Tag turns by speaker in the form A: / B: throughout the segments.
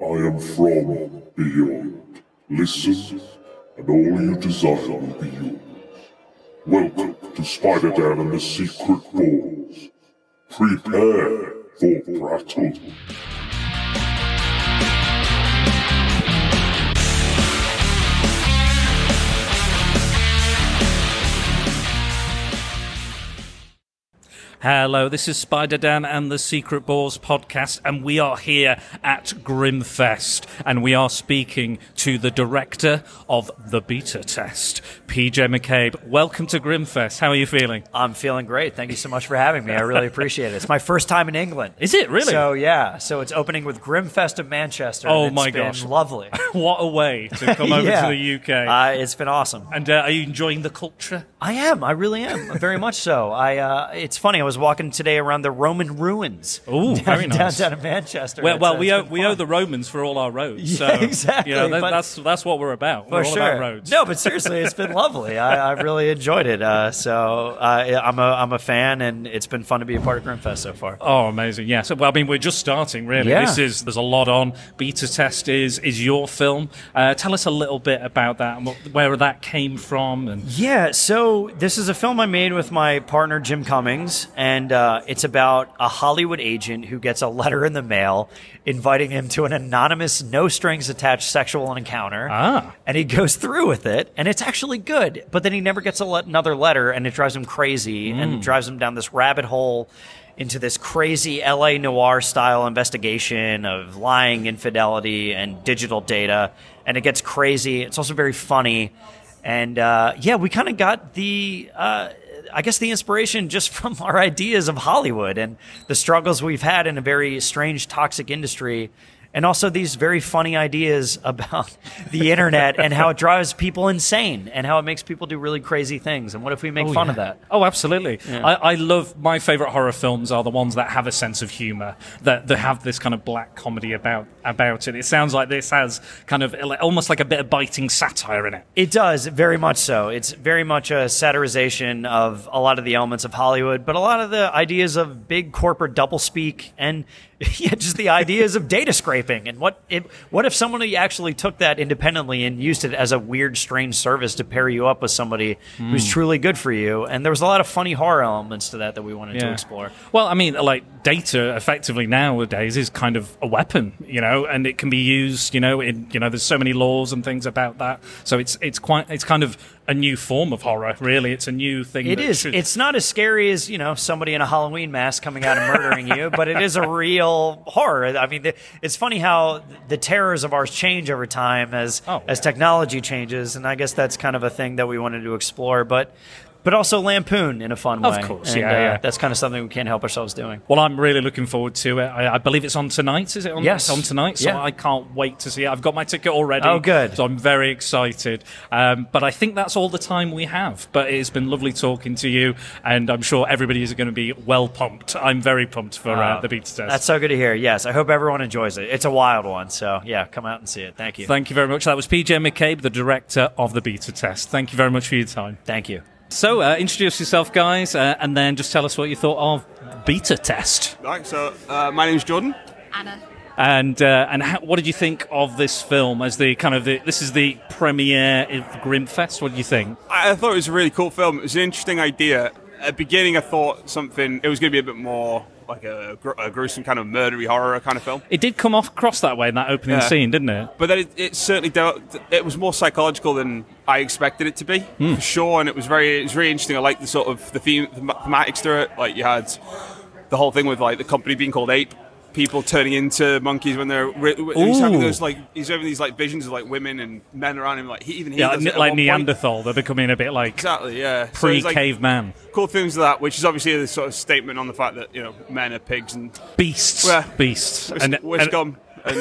A: I am from beyond. Listen, and all you desire will be yours. Welcome to Spider-Dan and the Secret Balls. Prepare for battle.
B: Hello, this is Spider Dan and the Secret Balls podcast, and we are here at Grimfest, and we are speaking to the director of the beta test, PJ McCabe. Welcome to Grimfest. How are you feeling?
C: I'm feeling great. Thank you so much for having me. I really appreciate it. It's my first time in England.
B: Is it really?
C: So yeah. So it's opening with Grimfest of Manchester. and
B: Oh
C: it's
B: my
C: been
B: gosh.
C: lovely.
B: what a way to come over to
C: Yeah.
B: the UK.
C: Uh, it's been awesome.
B: and uh, are you enjoying the culture?
C: I am. I really am. Very much so. I. Uh, it's funny. I was walking today around the Roman ruins.
B: Ooh,
C: down,
B: very nice.
C: Downtown in Manchester.
B: Well,
C: It's,
B: well
C: uh,
B: we,
C: it's
B: owe,
C: been
B: we
C: fun.
B: owe the Romans for all our roads. so,
C: Yeah,
B: You know,
C: exactly,
B: that,
C: but-
B: that's, that's what we're about.
C: For
B: we're all
C: Oh, sure.
B: about roads.
C: No, but seriously, it's been lovely. I, I really enjoyed it. Uh, so uh, I'm a I'm a fan, and it's been fun to be a part of Grimfest so far.
B: Oh, amazing! Yeah. So, well, I mean, we're just starting, really.
C: Yeah.
B: This is there's a lot on. Beta test is is your film. Uh, tell us a little bit about that and what, where that came from. And
C: Yeah, so this is a film I made with my partner Jim Cummings, and uh, it's about a Hollywood agent who gets a letter in the mail inviting him to an anonymous, no strings attached sexual encounter.
B: Ah.
C: And he goes through with it, and it's actually good, but then he never gets a le- another letter, and it drives him crazy and drives him down this rabbit hole into this crazy LA noir style investigation of lying, infidelity, and digital data. And it gets crazy. It's also very funny and uh, yeah, we kind of got the, uh, I guess, the inspiration just from our ideas of Hollywood and the struggles we've had in a very strange, toxic industry, and also these very funny ideas about the internet and how it drives people insane and how it makes people do really crazy things. And what if we make fun of that?
B: Oh, absolutely. I, I love my favorite horror films are the ones that have a sense of humor that that have this kind of black comedy about about it. It sounds like this has kind of almost like a bit of biting satire in it.
C: It does very much so. It's very much a satirization of a lot of the elements of Hollywood, but a lot of the ideas of big corporate doublespeak and yeah, just the ideas of data scraping and what if what if somebody actually took that independently and used it as a weird, strange service to pair you up with somebody who's truly good for you? And there was a lot of funny horror elements to that that we wanted to explore.
B: Well, I mean, like data effectively nowadays is kind of a weapon, you know, and it can be used, you know, in you know, there's so many laws and things about that. So it's it's quite it's kind of a new form of horror, really. It's a new thing.
C: It
B: that
C: is.
B: should-
C: It's not as scary as you know somebody in a Halloween mask coming out and murdering you, but it is a real horror. I mean, the, it's funny how the terrors of ours change over time as
B: Oh,
C: as
B: yeah.
C: technology changes, and I guess that's kind of a thing that we wanted to explore, but but also lampoon in a fun
B: Of
C: way.
B: course,
C: And, uh,
B: yeah, yeah.
C: That's kind of something we can't help ourselves doing.
B: Well, I'm really looking forward to it. I, I believe it's on tonight. Is it on?
C: Yes.
B: it's on tonight. So
C: Yeah.
B: I can't wait to see it. I've got my ticket already.
C: Oh, good.
B: So I'm very excited. Um, but I think that's all the time we have. But it has been lovely talking to you, and I'm sure everybody is going to be well pumped. I'm very pumped for uh, the beta test.
C: Ah, That's so good to hear. Yes, I hope everyone enjoys it. It's a wild one, so yeah, come out and see it. Thank you.
B: Thank you very much. That was PJ McCabe, the director of the beta test. Thank you very much for your time.
C: Thank you.
B: So, uh, introduce yourself, guys, uh, and then just tell us what you thought of beta test
D: Right, so uh, my name's Jordan.
E: Anna.
B: and uh, and how, what did you think of this film as the kind of the, this is the premiere of Grimfest. What do you think?
D: I, I thought it was a really cool film. It was an interesting idea. At the beginning, I thought something, it was going to be a bit more like a, gr- a gruesome kind of murdery horror kind of film.
B: It did come off across that way in that opening
D: Yeah.
B: scene, didn't it?
D: But then it, it certainly, dealt, it was more psychological than I expected it to be,
B: Hmm.
D: for sure. And it was very, it was really interesting. I liked the sort of the theme, the thematics through it. Like you had the whole thing with like the company being called Ape. People turning into monkeys when they're re- re- he's having
B: Ooh.
D: those like he's having these like visions of like women and men around him like he even he
B: Yeah,
D: does it
B: like,
D: at
B: like
D: one point.
B: Neanderthal, they're becoming a bit like
D: exactly yeah So
B: pre
D: it's like-
B: caveman
D: cool things like that, which is obviously a sort of statement on the fact that you know men are pigs and
B: beasts,
D: Well,
B: beasts,
D: and, we're scum. And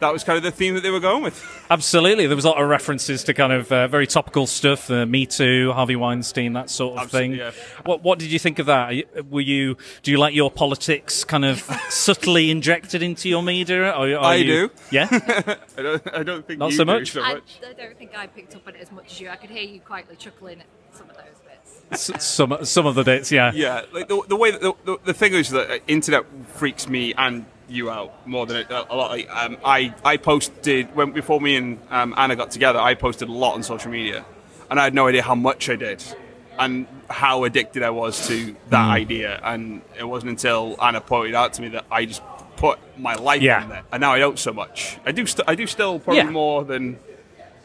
D: that was kind of the theme that they were going with.
B: Absolutely, there was a lot of references to kind of uh, very topical stuff, uh, Me Too, Harvey Weinstein, that sort of
D: Absolutely,
B: thing.
D: yeah.
B: What What did you think of that? Are you- Were you do you like your politics kind of subtly injected into your media? Or, are
D: I
B: you-
D: do.
B: Yeah.
D: I don't, I don't think
B: Not
D: you
B: so
D: do
B: much.
D: So
E: I,
D: much.
E: I don't think I picked up on it as much as you. I could hear you quietly chuckling at some of those bits.
B: S- some some of the bits. Yeah.
D: Yeah, like the, the way that the, the, the thing is that uh, internet freaks me and you out more than a, a lot. Like, um, I I posted when before me and um, Anna got together. I posted a lot on social media, and I had no idea how much I did, and how addicted I was to
B: Mm.
D: that idea. And it wasn't until Anna pointed out to me that I just put my life
B: Yeah.
D: in there, and now I don't so much. I do st- I do still probably
B: Yeah.
D: more than.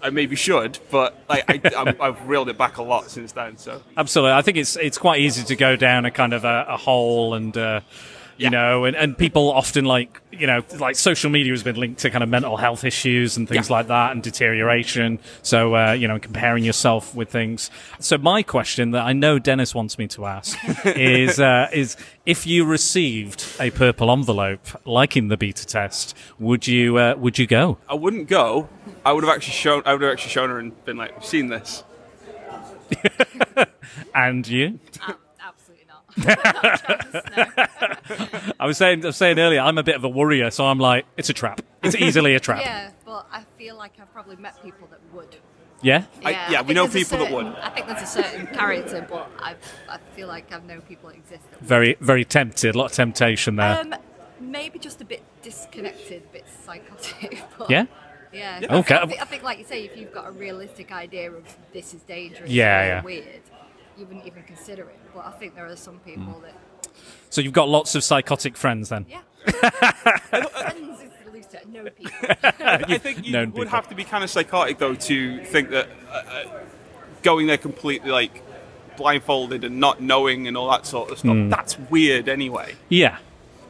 D: I maybe should, but like I, I'm, I've reeled it back a lot since then. So
B: Absolutely, I think it's it's quite easy to go down a kind of a, a hole, and uh, you
D: Yeah.
B: know, and, and people often like you know, like social media has been linked to kind of mental health issues and things
D: Yeah.
B: like that, and deterioration. So uh, you know, comparing yourself with things. So my question that I know Dennis wants me to ask is uh, is if you received a purple envelope like in the beta test, would you uh, would you go?
D: I wouldn't go. I would have actually shown. I would have actually shown her and been like, "We've seen this."
B: And you?
E: Um, absolutely not. No chance, no.
B: I was saying I was saying earlier, I'm a bit of a worrier, so I'm like, it's a trap. It's easily a trap.
E: Yeah, but I feel like I've probably met people that would.
B: Yeah?
D: I- yeah, we
E: think
D: know
E: there's a
D: people that
E: certain-
D: would.
E: I think there's a certain character, but I, I feel like I've known people that exist that
B: Very, very tempted. A lot of temptation there.
E: Um, maybe just a bit disconnected, a bit psychotic. But
B: Yeah?
E: Yeah.
B: Okay.
E: I think, I think, like you say, if you've got a realistic idea of this is dangerous,
B: Yeah,
E: or
B: yeah.
E: weird, you wouldn't even consider it. But I think there are some people
B: Mm.
E: that,
B: so you've got lots of psychotic friends then.
E: yeah. Friends is the least I know people.
D: I think you
B: known
D: would
B: people.
D: have to be kind of psychotic though to think that uh, uh, going there completely like blindfolded and not knowing and all that sort of
B: Hmm.
D: stuff. That's weird anyway.
B: Yeah,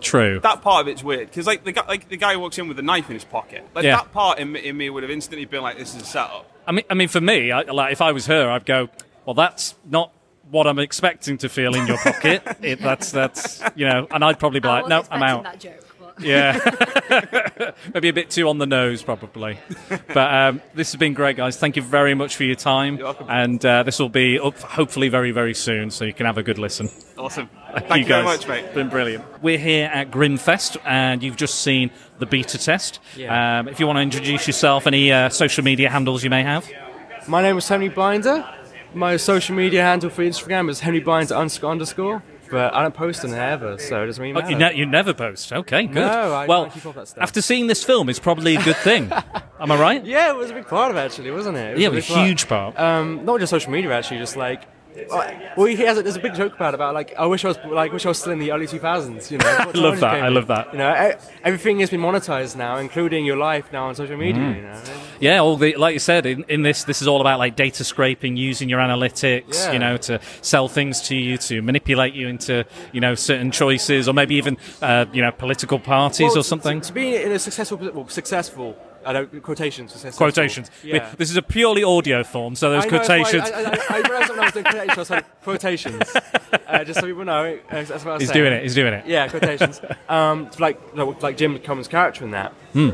B: true.
D: That part of it's weird because like the guy, like the guy walks in with a knife in his pocket. Like
B: Yeah.
D: that part in, me- in me would have instantly been like, "This is a setup."
B: I mean, I mean, for me, I, like if I was her, I'd go, well, that's not what I'm expecting to feel in your pocket. it, that's that's you know, and I'd probably be
E: I
B: like,
E: was
B: no, I'm
E: expecting
B: out.
E: That joke, but
B: Yeah. Maybe a bit too on the nose, probably. But um, this has been great, guys. Thank you very much for your time.
D: You're welcome.
B: And uh, this will be up hopefully very, very soon, so you can have a good listen.
D: Awesome. Thank
B: Thank
D: you very much, mate.
B: Been brilliant. We're here at Grimfest, and you've just seen the beta test.
F: Yeah.
B: Um, if you want to introduce yourself, any uh, social media handles you may have.
F: My name is Henry Blinder. My social media handle for Instagram is Henry Blinder underscore underscore. But I don't post on there ever, so it doesn't really
B: Oh,
F: matter.
B: you, ne- you never post. Okay, good.
F: No, I-
B: well,
F: I keep all that stuff.
B: after seeing this film, it's probably a good thing. Am I right?
F: yeah, it was a big part of it, actually, wasn't it? it was
B: Yeah,
F: a
B: it was
F: big
B: a huge part.
F: Um, not just social media, actually, just like. Well, he has a, there's a big joke about about like I wish I was like wish I was still in the early 2000s. You know, I
B: love that, I love that.
F: You know, e- everything has been monetized now, including your life now on social media.
B: Mm-hmm.
F: You know,
B: Yeah, all the like you said in, in this, this is all about like data scraping, using your analytics,
F: Yeah.
B: you know, to sell things to you, to manipulate you into you know certain choices, or maybe even uh, you know political parties
F: Well,
B: or something.
F: To, to be in a successful, posi- well, successful. I don't quotations. Successful.
B: Quotations. We-
F: Yeah.
B: This is a purely audio form, so those
F: I know, that's why
B: quotations
F: I, I, I, I realized when I was doing quotations, I was like, quotations. Uh, just so people know, uh, that's what I was
B: he's
F: saying.
B: doing it. He's doing it.
F: Yeah, quotations. um, it's like you know, like Jim Cummins' character in that.
B: Hmm.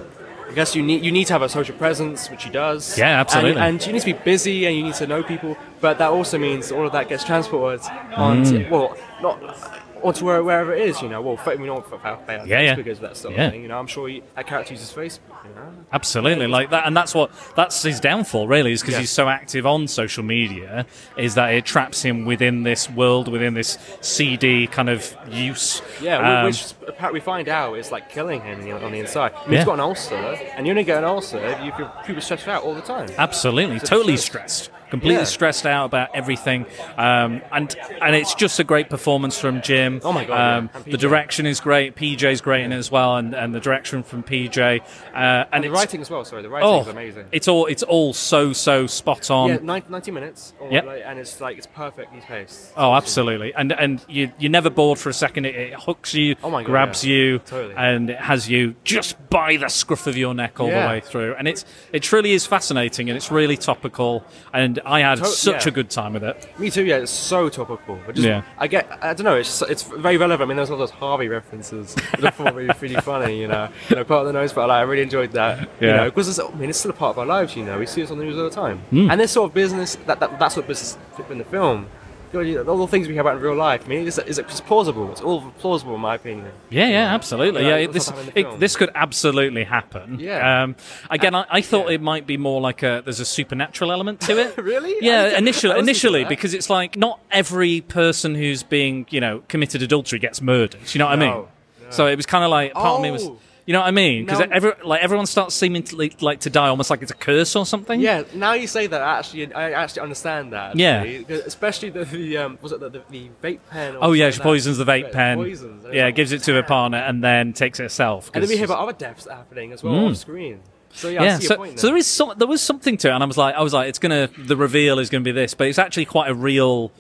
F: I guess you need you need to have a social presence, which he does.
B: Yeah,
F: And-
B: absolutely.
F: And, you need to be busy, and you need to know people. But that also means all of that gets transported onto
B: Hmm.
F: well, not onto where, wherever it is. You know, well, fa- we know what fa- fa- fa-
B: Yeah, yeah.
F: Facebook is that sort
B: Yeah.
F: of thing. You know, I'm sure he, that character uses Facebook. You know?
B: Absolutely, like that, and that's what that's his downfall, really, is because
F: Yeah.
B: he's so active on social media, is that it traps him within this world, within this CD kind of use.
F: Yeah, whi-
B: Um,
F: which apparently we find out is like killing him in the- on the inside. I mean,
B: Yeah.
F: He's got an ulcer, and you only get an ulcer if you feel super stressed out all the time.
B: Absolutely,
F: It's
B: totally
F: absurd.
B: stressed, completely
F: Yeah.
B: stressed out about everything, um, and and it's just a great performance from Jim.
F: Oh my God, yeah.
B: Um,
F: And
B: the
F: PJ.
B: direction is great. PJ's great in it as well, and, and the direction from PJ, uh, and,
F: And the
B: it's-
F: writing as well. Sorry, the writing
B: Oh,
F: is amazing.
B: it's all it's all so so spot on.
F: yeah, 90, 90 minutes, or
B: Yep.
F: like, and it's like it's perfect in pace.
B: Oh, absolutely, and and you you're never bored for a second. It, it hooks you,
F: Oh my God,
B: grabs
F: yeah.
B: you,
F: Totally.
B: and it has you just by the scruff of your neck all the
F: Yeah.
B: way through. And it's it truly is fascinating, and it's really topical. And I had
F: To-
B: such
F: yeah.
B: a good time with it.
F: Me too. Yeah, it's so topical. I just,
B: Yeah.
F: I get. I don't know. It's so- it's very relevant. I mean, there's all those Harvey references. that are really, really funny. You know, you know, part of the nose, but like, I really enjoyed that. You
B: Yeah.
F: know, because I mean, it's still a part of our lives. You know, we see this on the news all the time.
B: Hmm.
F: And this sort of business, that, that that's what business in the film. You know, you know, all the things we hear about in real life. I mean, is it's, it's plausible. It's all plausible, in my opinion.
B: Yeah, yeah, absolutely. Yeah,
F: Yeah,
B: it- this
F: that's what happened in the
B: it,
F: film.
B: this could absolutely happen.
F: Yeah.
B: Um, again, I, I thought it might be more like a there's a supernatural element to it.
F: Really? I
B: Yeah,
F: didn't- I
B: initially,
F: wasn't
B: initially,
F: sure.
B: because it's like not every person who's being you know committed adultery gets murdered. Do you know what I mean?
F: No, no.
B: So it was kind of like part of me was,
F: Oh.
B: you know what I mean? Because
F: Now-
B: every, like everyone starts seeming to, like, like to die, almost like it's a curse or something.
F: Yeah, now you say that, actually, I actually understand that.
B: Yeah.
F: actually, 'cause especially the, the um, was it the, the, the vape pen? Or
B: Oh yeah, she
F: something like that.
B: poisons the vape pen.
F: Poisons. and it's
B: yeah,
F: like,
B: gives it to her partner and then takes it herself.
F: And then we
B: 'cause
F: hear
B: she's-
F: about other deaths happening as well off screen. So yeah, I
B: Hmm. yeah,
F: see
B: so,
F: your point.
B: so
F: there.
B: there is some, there was something to it, and I was like, I was like, it's gonna the reveal is gonna be this, but it's actually quite a real,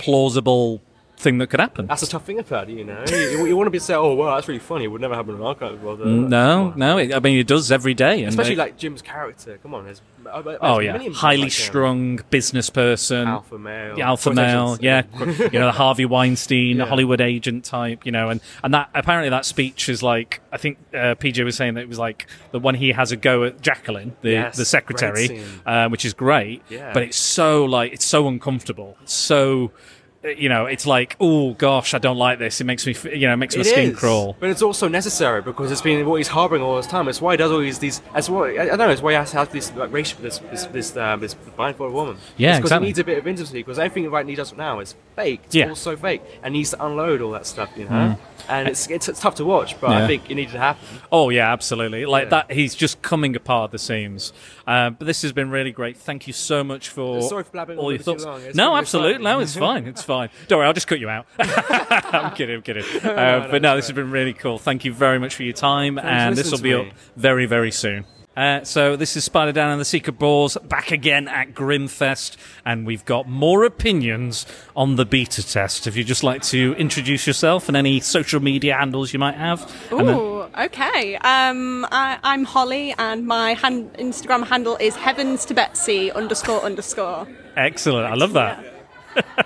B: plausible thing that could happen.
F: That's a tough thing about it, you know. You, you, want to be say, "Oh, wow, that's really funny." It would never happen in our kind of world. uh,
B: No,
F: come on.
B: no, it, I mean it does every day, and
F: Especially
B: it-
F: like Jim's character. Come on, there's, uh, there's
B: oh
F: many
B: yeah,
F: of them
B: highly
F: like him.
B: strung business person,
F: alpha male,
B: the alpha male,
F: quotations.
B: yeah, you know, the Harvey Weinstein,
F: Yeah.
B: Hollywood agent type, you know, and and that apparently that speech is like I think uh, PJ was saying that it was like the one he has a go at Jacqueline, the
F: Yes,
B: the secretary,
F: great scene.
B: uh, which is great,
F: Yeah.
B: but it's so like it's so uncomfortable, it's so. uh, You know, it's like, oh gosh, I don't like this. It makes me, f- you know, it makes my
F: It
B: skin
F: is,
B: crawl.
F: But it's also necessary because it's been what he's harboring all this time. It's why he does all these. these that's why I, I don't know. It's why he has to have this like, racial this this this, um, this blindfolded woman.
B: Yeah,
F: because
B: exactly.
F: he needs a bit of intimacy because everything right now he does now is fake. It's
B: Yeah. Mm.
F: all so fake, and he needs to unload all that stuff, you know. And it's, it's it's tough to watch, but
B: Yeah.
F: I think it needed to happen.
B: Oh yeah, absolutely. Like
F: Yeah.
B: that, he's just coming apart at the seams. Uh, but this has been really great. Thank you so much for
F: Sorry for blabbing
B: all
F: on
B: your
F: a bit too
B: thoughts.
F: long. It's
B: No,
F: really
B: absolutely. No,
F: exciting.
B: it's fine. It's fine. Don't worry, I'll just cut you out. I'm kidding. I'm kidding. Uh, but no, this has been really cool. Thank you very much for your time,
F: for
B: and this will
F: listening
B: be
F: to
B: up
F: me.
B: very very soon. Uh, so this is Spider Dan and the Secret Balls back again at Grimfest, and we've got more opinions on the beta test. If you'd just like to introduce yourself and any social media handles you might have, and then-
G: Ooh, okay. Um, I, I'm Holly, and my hand, Instagram handle is heavens to Betsy underscore underscore.
B: Excellent. I love that.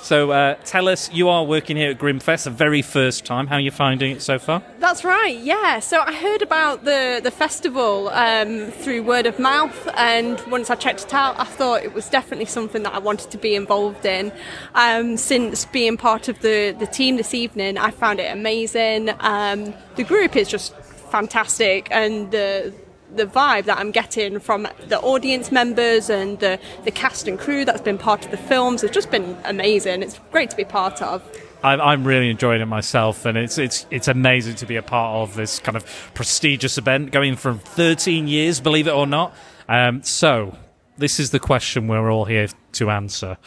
B: so uh, tell us, you are working here at Grimfest the very first time. How are you finding it so far?
G: That's right. Yeah. So I heard about the the festival um, through word of mouth, and once I checked it out, I thought it was definitely something that I wanted to be involved in. Um, since being part of the the team this evening, I found it amazing. Um, the group is just fantastic, and the the vibe that I'm getting from the audience members and the, the cast and crew that's been part of the films has just been amazing. It's great to be part of.
B: I, I'm really enjoying it myself, and it's it's it's amazing to be a part of this kind of prestigious event going from 13 years, believe it or not. Um, so this is the question we're all here to answer.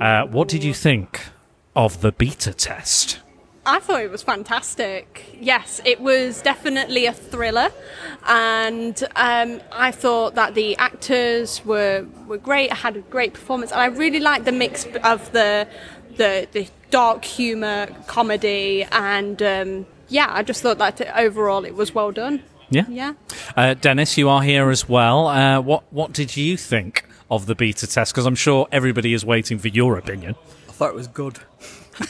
B: Uh, what did you think of the beta test?
G: I thought it was fantastic. Yes, it was definitely a thriller, and um, I thought that the actors were were great. I had a great performance, and I really liked the mix of the the, the dark humor, comedy, and um, yeah, I just thought that overall it was well done.
B: Yeah,
G: Yeah.
B: Uh, Dennis, you are here as well. Uh, what what did you think of the beta test? Because I'm sure everybody is waiting for your opinion.
H: I thought it was good.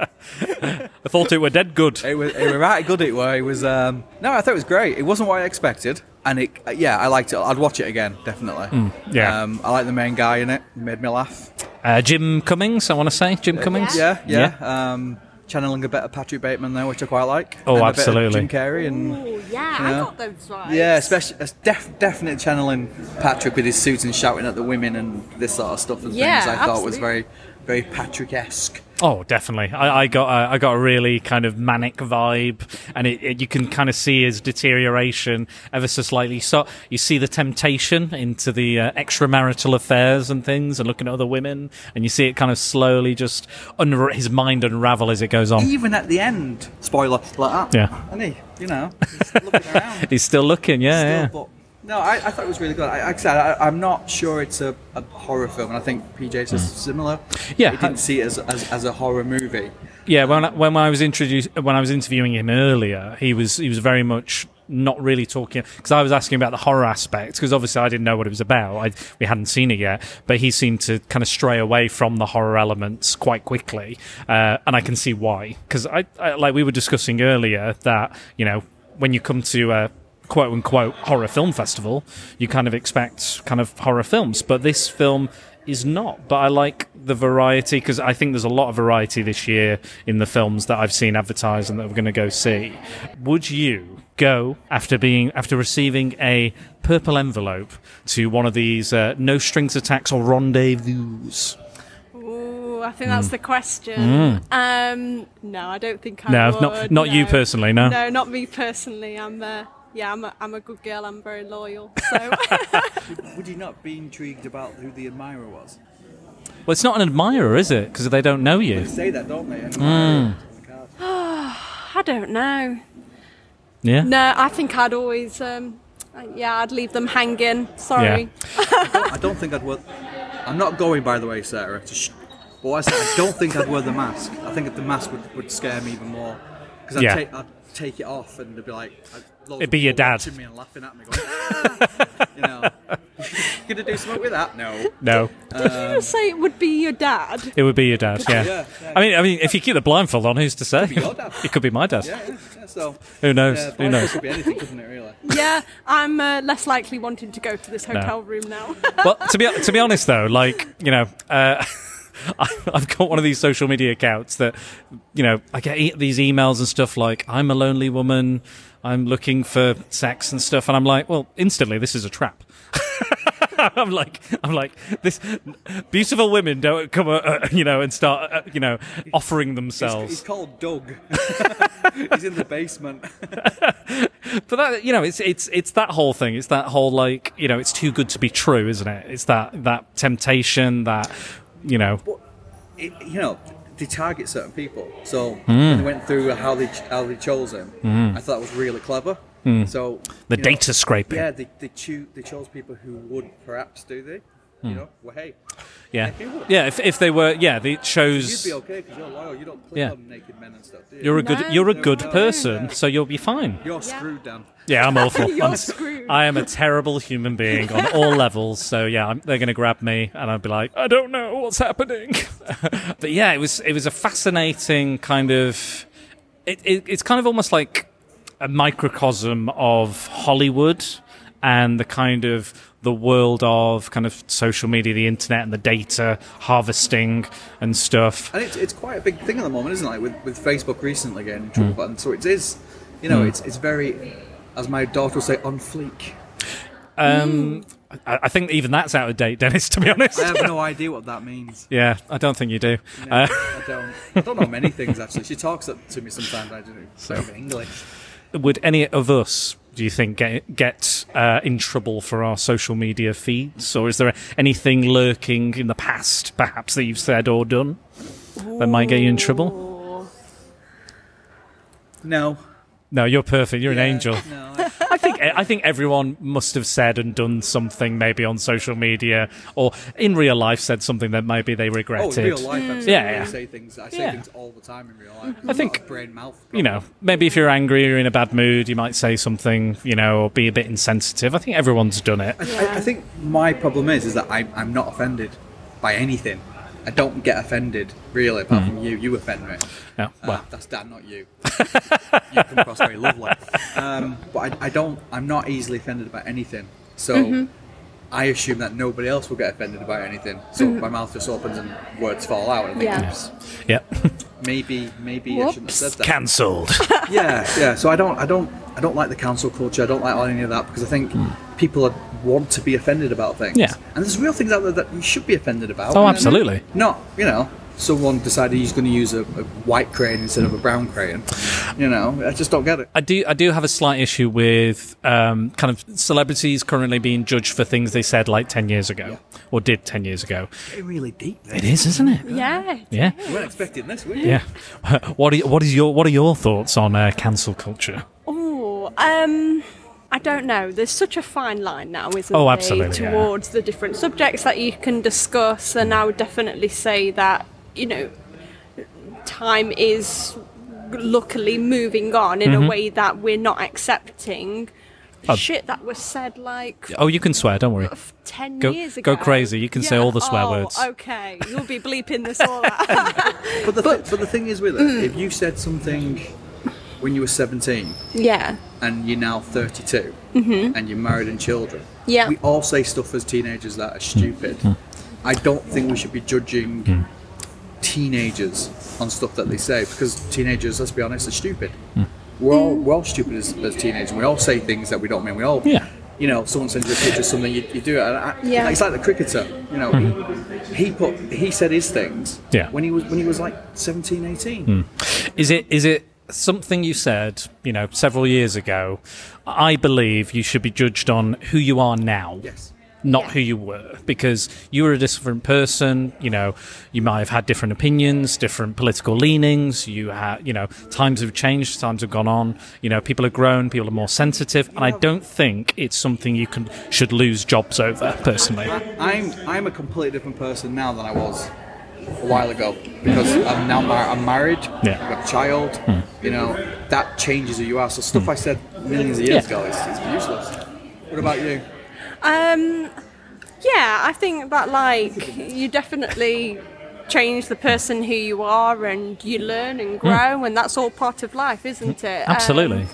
B: I thought it were dead good.
H: It was, it was right good. It was. It was. Um, no, I thought it was great. It wasn't what I expected, and it. uh, Yeah, I liked it. I'd watch it again, definitely.
B: Mm, yeah.
H: Um, I like the main guy in it. He made me laugh.
B: Uh, Jim Cummings, I want to say Jim Cummings.
H: uh, Yeah, yeah. Um, channeling a bit of Patrick Bateman there, which I quite like.
B: Oh,
H: and
B: absolutely.
H: A bit of Jim Carrey and.
G: Oh yeah,
H: I Yeah.
G: I got
H: got
G: those vibes.
H: Yeah, especially it's def- definite channeling Patrick with his suit and shouting at the women and this sort of stuff and
G: Yeah,
H: things. I thought was
G: absolutely.
H: very, very Patrick-esque.
B: Oh, definitely. I, I got a, I got a really kind of manic vibe, and it, it, you can kind of see his deterioration ever so slightly. So you see the temptation into the uh, extramarital affairs and things, and looking at other women, and you see it kind of slowly just unra- his mind unravel as it goes on.
H: Even at the end, spoiler like that.
B: Yeah.
H: and he, you know, he's looking around.
B: He's still looking. Yeah. yeah.
H: still, but no, I, I thought it was really good. I, like I said, I, I'm not sure it's a, a horror film, and I think PJ says similar.
B: Mm. Yeah.
H: he didn't see it as, as, as a horror movie.
B: Yeah, when I, when I was introduced, when I was interviewing him earlier, he was he was very much not really talking because I was asking about the horror aspect because obviously I didn't know what it was about. I, we hadn't seen it yet, but he seemed to kind of stray away from the horror elements quite quickly, uh, and I can see why. Because I, I like we were discussing earlier that you know when you come to a quote unquote horror film festival, you kind of expect kind of horror films, but this film is not. But I like the variety because I think there's a lot of variety this year in the films that I've seen advertised and that we're going to go see. Would you go after being after receiving a purple envelope to one of these uh, no strings attacks or rendezvous?
G: Ooh, I think that's the question. Um, no, I don't think I
B: Hmm. No,
G: would.
B: not- not you
G: no.
B: personally, no.
G: No, not me personally. I'm uh, yeah, I'm a, I'm a good girl. I'm very loyal. So
H: Would you not be intrigued about who the admirer was?
B: Well, it's not an admirer, is it? Because they don't know
H: They
B: you.
H: say that, don't they?
B: Mm.
H: Admirer.
G: I don't know.
B: Yeah.
G: No, I think I'd always um, yeah, I'd leave them hanging. Sorry.
H: I don't think I'd wear. I'm not going, by the way, Sarah. To sh- but I said, I don't think I'd wear the mask. I think the mask would, would scare me even more because I'd,
B: Yeah.
H: take, I'd take it off and it'd be like I'd- loads of
B: It'd be your
H: people
B: dad.
H: watching me and laughing at me. Going, "Ah!" you know, you gonna do something with that? No.
B: No.
G: Did you say it would be your dad?
B: It would be your dad. Yeah.
H: Yeah, yeah.
B: I mean, I mean, if you keep the blindfold on, who's to say? It could
H: be your dad.
B: my dad.
H: Yeah, yeah, yeah, so
B: Who knows?
H: yeah,
B: Who knows?
H: Could be anything, couldn't it? Really?
G: Yeah, I'm uh, less likely wanting to go to this hotel room now.
B: but to be to be honest though, like you know, uh, I- I've got one of these social media accounts that you know I get e- these emails and stuff like I'm a lonely woman, I'm looking for sex and stuff, and I'm like, well, instantly this is a trap. I'm like, I'm like, this beautiful women don't come, uh, uh, you know, and start, uh, you know, offering
H: He's,
B: themselves.
H: he's called Doug. he's in the basement.
B: But that you know, it's it's it's that whole thing. It's that whole like you know, it's too good to be true, isn't it? It's that that temptation that you know.
H: it, you know, they target certain people. So
B: Hmm.
H: when they went through how they ch- how they chose him, I thought it was really clever. So
B: Hmm. The
H: you
B: data scraping.
H: Yeah, they they, choo- they chose people who would perhaps do they.
B: Hmm.
H: You know, well, hey,
B: Yeah,
H: They would.
B: yeah. If, if they were, yeah, they
H: you'd
B: chose.
H: be okay because you're loyal. You don't click
B: Yeah.
H: on naked men and stuff. Do you?
B: You're a good.
G: No,
B: you're a
H: no,
B: good
H: no.
B: person, so you'll be fine.
H: You're screwed, Dan.
B: Yeah, I'm awful.
G: You're
B: I'm, s-
G: screwed.
B: I am a terrible human being on all levels. So yeah, I'm, they're going to grab me, and I'll be like, I don't know what's happening. but yeah, it was it was a fascinating kind of. It, it, it's kind of almost like a microcosm of Hollywood and the kind of the world of kind of social media, the internet, and the data harvesting and stuff.
H: And it's, it's quite a big thing at the moment, isn't it? Like, With, with Facebook recently getting in trouble,
B: Hmm.
H: and so it is. You know, it's it's very, as my daughter would say, on fleek.
B: Um, I, I think even that's out of date, Dennis. To be honest,
H: I have no idea what that means.
B: yeah, I don't think you do. Uh,
H: I don't. I don't know many things actually. She talks up to me sometimes. I don't know in English.
B: would any of us, do you think, get get uh, in trouble for our social media feeds, or is there anything lurking in the past, perhaps that you've said or done that might get you in trouble?
H: No.
B: No, you're perfect. You're
H: Yeah,
B: an angel.
H: No. I-
B: I think e, I think everyone must have said and done something maybe on social media or in real life said something that maybe they
H: Oh,
B: regretted.
H: in real life, I'm
B: Mm. Yeah, yeah.
H: I say things. I say
B: Yeah.
H: things all the time in real life.
B: I think-
H: brain mouth.
B: you know, maybe if you're angry or in a bad mood, you might say something, you know, or be a bit insensitive. I think everyone's done it.
H: I, I think my problem is is that I'm I'm not offended by anything. I don't get offended really, apart
B: Hmm.
H: from you. You offend me.
B: Yeah,
H: Uh,
B: well,
H: that's Dan, not you. you come across very lovely, um, but I, I don't. I'm not easily offended by anything. So. I assume that nobody else will get offended about anything, so my mouth just opens and words fall out. And I think,
G: Yeah.
H: "Oops,
B: yeah, Oh,
H: maybe, maybe I shouldn't have said that.
B: cancelled.
H: yeah, yeah. So I don't, I don't, I don't like the council culture. I don't like any of that because I think people are, want to be offended about things.
B: Hmm. Yeah.
H: And there's real things out there that you should be offended about.
B: Oh,
H: and
B: absolutely.
H: Not, you know, someone decided he's going to use a, a white crane instead of a brown crane. You know, I just don't get it.
B: I do, I do have a slight issue with um, kind of celebrities currently being judged for things they said like ten years ago or did ten years ago.
H: It's really deep.
B: It is, isn't it?
G: yeah.
B: Yeah,
H: We weren't expecting this, were you?
B: yeah. What are, y- what is your what are your thoughts on uh, cancel culture?
G: Oh, um, I don't know. There's such a fine line now, isn't
B: Oh,
G: there,
B: absolutely, yeah.
G: towards the different subjects that you can discuss, and I would definitely say that you know, time is luckily moving on in
B: Mm-hmm.
G: a way that we're not accepting. Shit that was said like
B: Oh, you can swear. Don't worry.
G: 10
B: Go-
G: years
B: go
G: ago.
B: crazy. You can say all the swear
G: oh,
B: words.
G: Okay, you'll be bleeping this all out.
H: But the, but, but the thing is with it, if you said something when you were 17
G: yeah.
H: and you're now 32 and you're married and children.
G: Mm-hmm. Yeah.
H: We all say stuff as teenagers that are stupid.
B: Mm.
H: I don't think we should be judging teenagers on stuff that they say because teenagers, let's be
B: Mm.
H: honest, are stupid. We're all, we're all stupid as, as teenagers. We all say things that we don't mean. We all
B: Yeah.
H: you know, someone sends you a picture of something, you, you do it. And I,
G: Yeah.
H: like, it's like the cricketer, you know. He, he put he said his things
B: Mm-hmm. Yeah. Mm.
H: when he was when he was like 17, 18.
B: Is it is it something you said, you know, several years ago? I believe you should be judged on who you are now.
H: Yes.
B: Not
E: Yeah.
B: who you were, because you were a different person. You know, you might have had different opinions, different political leanings. You had, you know, times have changed, times have gone on. You know, people have grown, people are more sensitive, and I don't think it's something you can should lose jobs over. Personally,
G: um,
H: I'm I'm a completely different person now than I was a while ago because I'm now mar- I'm married,
B: Yeah. Hmm.
H: I've got a child, you know, that changes who you are. So stuff I said millions of years ago is, is useless. What about you?
G: Um, yeah, I think that like you definitely change the person who you are, and you learn and grow, and that's all part of life, isn't it? Um,
B: absolutely.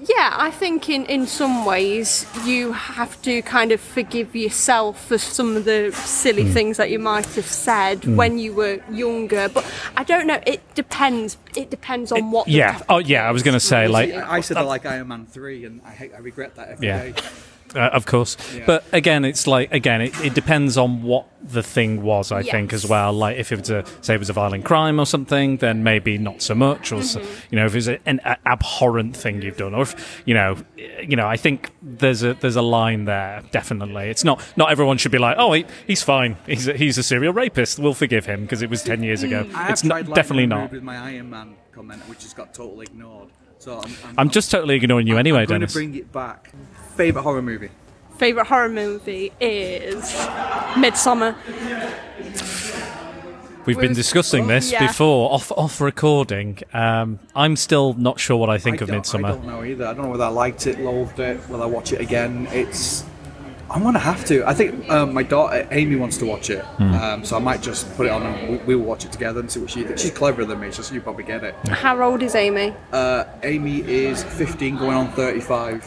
G: yeah, I think in in some ways you have to kind of forgive yourself for some of the silly
B: Mm.
G: things that you might have said when you were younger. But I don't know. It depends. It depends on what. the
B: yeah.
G: topic
B: Oh, yeah. I was going to say like
H: I, I said I like Iron Man three, and I hate I regret that every day.
B: Yeah. Uh, of course.
H: Yeah.
B: But again, it's like again, it, it depends on what the thing was. I think as
G: Yes.
B: well. Like if it was a say it was a violent crime or something, then maybe not so much. Or s-
H: Mm-hmm.
B: you know, if it's a, an a- abhorrent thing you've done, or if you know, eh, you know, I think there's a there's a line there. Definitely, it's not not everyone should be like, oh, he, he's fine. He's a, he's a serial rapist. We'll forgive him because it was ten years ago.
H: Mm. I have
B: it's
H: tried
B: not,
H: lightning
B: definitely
H: in the
B: not.
H: Mood with my Iron Man comment, which has got totally ignored. So I'm, I'm,
B: I'm just totally ignoring you anyway,
H: I'm going
B: Dennis.
H: to bring it back. Favorite horror movie?
G: favorite horror movie is Midsummer.
B: We've been
G: We've-
B: discussing this
G: oh, Yeah.
B: before, off off recording. Um, I'm still not sure what I think
H: I
B: of
H: don't- I
B: Midsummer.
H: don't know either. I don't know whether I liked it, loathed it, whether I watch it again. It's. I'm gonna have to. I think um, my daughter Amy wants to watch it,
B: Hmm.
H: um, so I might just put it on and we, we'll watch it together and see what she thinks. She's cleverer than me, so you probably get it.
G: How old is Amy?
H: Uh, Amy is 15, going on 35.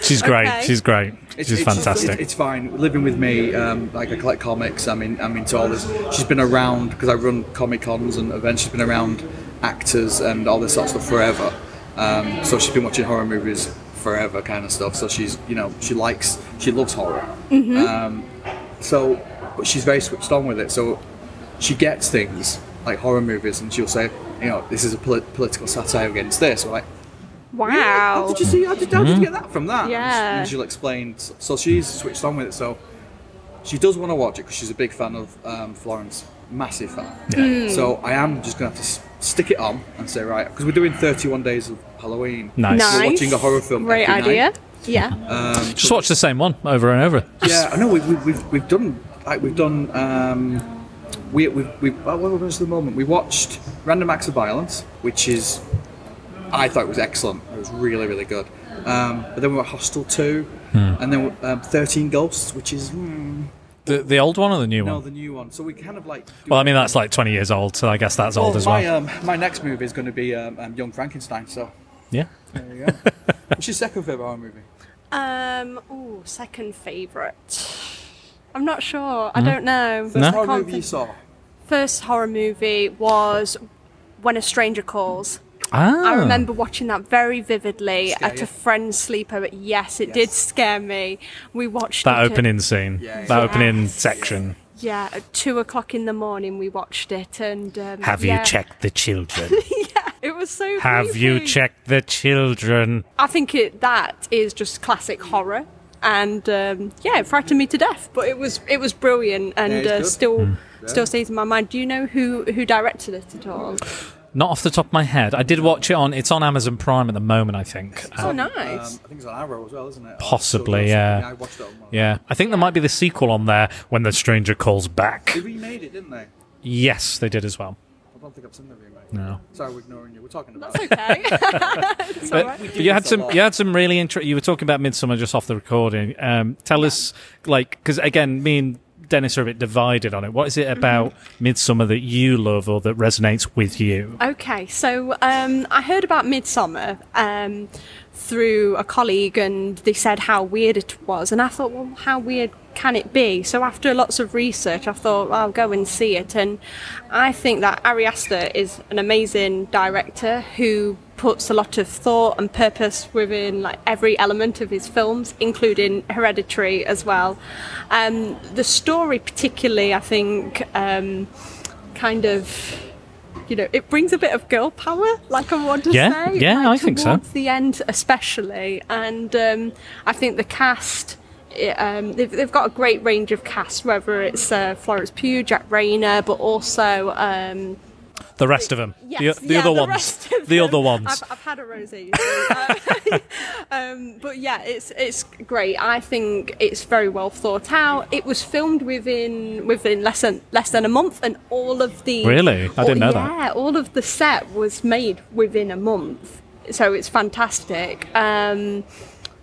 B: She's great.
G: Okay.
B: She's great.
H: It's,
B: She's
H: it's-
B: fantastic.
H: It's, it's fine. Living with me, um, like I collect comics. I mean, I'm into all this. She's been around because I run comic cons and events. She's been around actors and all this sort of stuff forever. Um, so she's been watching horror movies forever, kind of stuff. So she's, you know, she likes, she loves horror. Um, so, but she's very switched on with it. So she gets things like horror movies, and she'll say, you know, this is a polit- political satire against this. We're like, how
G: Wow.
H: did you see? How did, how did you get that from that?
G: Yeah.
H: Hmm? And she'll explain. So so she's switched on with it. So she does want to watch it because she's a big fan of um, Florence, massive fan. So I am just going to have to s- stick it on and say right because we're doing 31 days of Halloween.
B: Nice.
G: Nice.
H: We're watching a horror film.
G: Great
H: every
G: idea.
H: night.
G: Yeah.
H: Um,
B: Just watch the same one over and over.
H: Yeah, I know. We've, we've, we've, we've done like we've done. Um, we we we well, what was the moment we watched Random Acts of Violence, which is I thought it was excellent. It was really really good. Um, but then we were Hostel Two,
B: Hmm.
H: and then um, Thirteen Ghosts, which is mm,
B: The, the old one or the new
H: no
B: one?
H: the new one. So we kind of like. do-
B: Well, I mean that's like 20 years old, so I guess that's
H: Well,
B: old as
H: my
B: well.
H: um, my next movie is going to be um, um, Young Frankenstein. So
B: Yeah.
H: there you go. What's your second favorite horror movie?
G: Um. Oh, second favorite. I'm not sure. I don't know.
H: Hmm? First
G: I
H: horror
G: can't
H: movie you
G: think-
H: saw?
G: First horror movie was When a Stranger Calls.
B: Ah.
G: I remember watching that very vividly
H: Scare
G: at
H: you?
G: a friend's sleepover. Yes, it
H: Yes.
G: did scare me. We watched
B: that
G: it at-
B: opening scene.
H: Yeah, yeah.
B: That opening
G: Yes.
B: section.
G: yeah, at two o'clock in the morning we watched it, and um,
B: Have
G: yeah.
B: you checked the children?
G: It was so.
B: Have you
G: creepy.
B: checked the children?
G: I think it, that is just classic horror, and um, yeah, it frightened me to death. But it was it was brilliant, and
H: it's
G: uh,
H: good.
G: still still stays in my mind. Do you know who who directed it at all?
B: Not off the top of my head. I did watch it on. It's on Amazon Prime at the moment, I think.
G: oh,
H: Um,
G: nice.
H: I think it's on Arrow as well, isn't it? Oh,
B: Possibly, yeah.
H: I watched it on one.
B: yeah, I think there might be the sequel on there when the stranger calls back.
H: They remade it, didn't they?
B: Yes, they did as well.
H: I don't think I've seen the remake.
B: No.
H: Sorry, we're ignoring you. We're talking about
G: That's okay. It's all
B: But,
G: right.
B: but
H: do
B: you had
H: this a
B: some,
H: lot.
B: you had some really interesting. You were talking about Midsummer just off the recording. Um, tell us, like, because again, me and Dennis are a bit divided on it. What is it about Midsummer that you love or that resonates with you?
G: Okay, so um, I heard about Midsummer um, through a colleague, and they said how weird it was, and I thought, well, how weird can it be? So after lots of research, I thought I'll go and see it, and I think that Ari Aster is an amazing director who puts a lot of thought and purpose within like every element of his films, including Hereditary as well. Um, the story, particularly, I think, um, kind of. You know, it brings a bit of girl power, like I want to
B: Yeah,
G: say.
B: yeah,
G: like,
B: I think so.
G: towards the end especially and um, i think the cast i- um, they've, they've got a great range of cast whether it's uh, florence pugh jack rayner but also um,
B: The rest of them.
G: yes,
B: the, the
G: yeah,
B: other ones.
G: rest of
B: the
G: them.
B: other ones.
G: I've, I've had a rosé. so, uh, um, but yeah, it's it's great. I think it's very well thought out. It was filmed within within less than less than a month, and all of the
B: Really? I didn't
G: all-
B: know that.
G: Yeah, all of the set was made within a month, so it's fantastic. Um,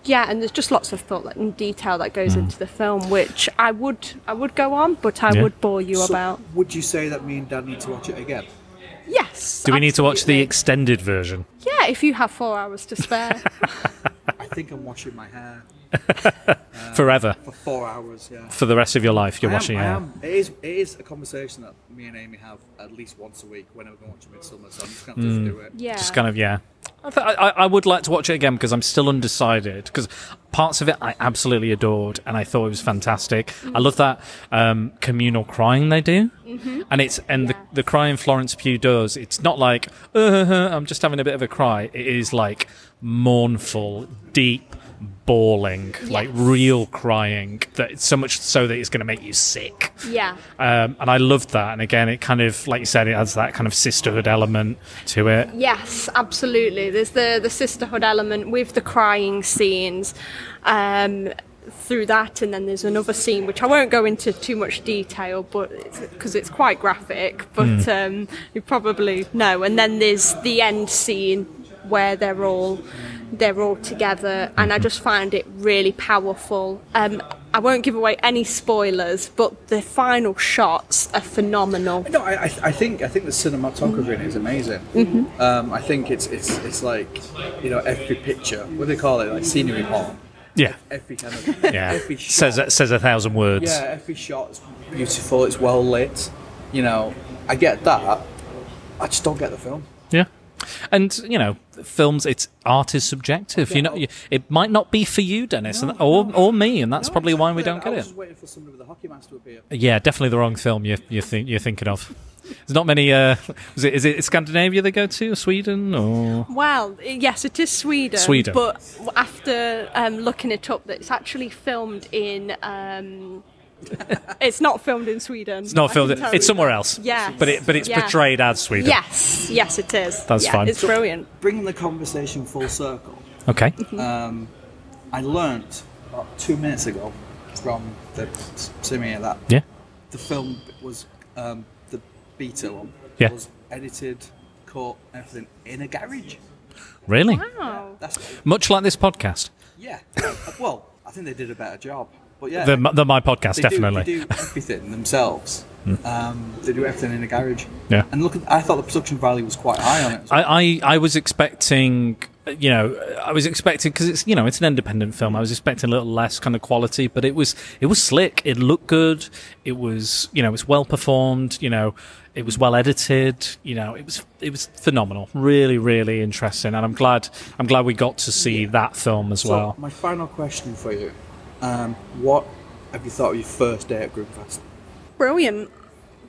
G: yeah, and there's just lots of thought and detail that
B: Hmm.
G: goes into the film, which I would I would go on, but I
B: Yeah.
G: would bore you
H: So
G: about.
H: Would you say that me and Dad need to watch it again?
G: Yes.
B: Do we need to watch the
G: absolutely.
B: extended version?
G: Yeah, if you have four hours to spare.
H: I think I'm washing my hair
B: Forever.
H: for four hours. Yeah.
B: For the rest of your life, you're
H: I am-
B: watching
H: I
B: it.
H: am. It is. It is a conversation that me and Amy have at least once a week whenever we're watching Midsummer. So I'm just gonna have
B: Mm.
H: to do it.
G: yeah.
B: Just kind of, yeah. I, th- I, I would like to watch it again because I'm still undecided. Because parts of it I absolutely adored and I thought it was fantastic.
G: Mm-hmm.
B: I love that um, communal crying they do,
G: Mm-hmm.
B: and it's and the, the crying Florence Pugh does. It's not like uh, I'm just having a bit of a cry. It is like mournful, deep, bawling, like
G: Yes.
B: real crying. That it's so much so that it's going to make you sick.
G: Yeah.
B: Um, and I loved that. And again, it kind of, like you said, it has that kind of sisterhood element to it.
G: Yes, absolutely. There's the, the sisterhood element with the crying scenes um, through that, and then there's another scene which I won't go into too much detail, but because it's, quite graphic, but um, you probably know. And then there's the end scene where they're all they're all together, and I just find it really powerful. Um, I won't give away any spoilers, but the final shots are phenomenal.
H: No, I, I, I think I think the cinematography in it is amazing. Um, I think it's it's it's like you know every picture. What do they call it? Like scenery porn.
B: Yeah.
H: Every kind of
B: Yeah.
H: every shot.
B: says says a thousand words.
H: Yeah, every shot's beautiful. It's well lit. You know, I get that. I just don't get the film.
B: Yeah. And you know, films it's art is subjective. You know, you, it might not be for you, Dennis, and, or or me, and that's probably why we don't
H: I
B: get
H: was
B: it.
H: Just waiting for somebody with a hockey mask to appear.
B: Yeah, definitely the wrong film you you think you're thinking of. There's not many. Uh, is it is it Scandinavia they go to, or Sweden, or
G: Well, yes, it is Sweden.
B: Sweden.
G: But after um, looking it up, that it's actually filmed in. Um, it's not filmed in Sweden.
B: it's not
G: I
B: filmed.
G: can tell
B: It's
G: you
B: somewhere
G: that.
B: else.
G: Yes.
B: But it but it's
G: Yeah.
B: portrayed as Sweden.
G: Yes, yes, it is.
B: That's
G: yeah,
B: fine.
G: It's brilliant.
H: Bringing the conversation full circle,
B: Okay.
H: I learnt about two minutes ago from the s- Simeon that
B: Yeah.
H: the film was um, the beta one
B: Yeah.
H: was edited, cut, everything in a garage.
B: Really.
G: Wow.
H: That's
B: Much like this podcast,
H: yeah. well, I think they did a better job, but yeah,
B: the the my podcast
H: they
B: definitely. Hmm.
H: Do, they do everything themselves. Um, they do everything in a garage.
B: Yeah.
H: And look, at, I thought the production value was quite high on it. as well.
B: I, I, I was expecting, you know, I was expecting because it's you know it's an independent film. I was expecting a little less kind of quality, but it was it was slick. It looked good. It was you know it's well performed. You know, it was well edited. You know, it was it was phenomenal. Really, really interesting, and I'm glad I'm glad we got to see that film as
H: so,
B: well.
H: my final question for you: um, What have you thought of your first day at Grimfest?
G: Brilliant.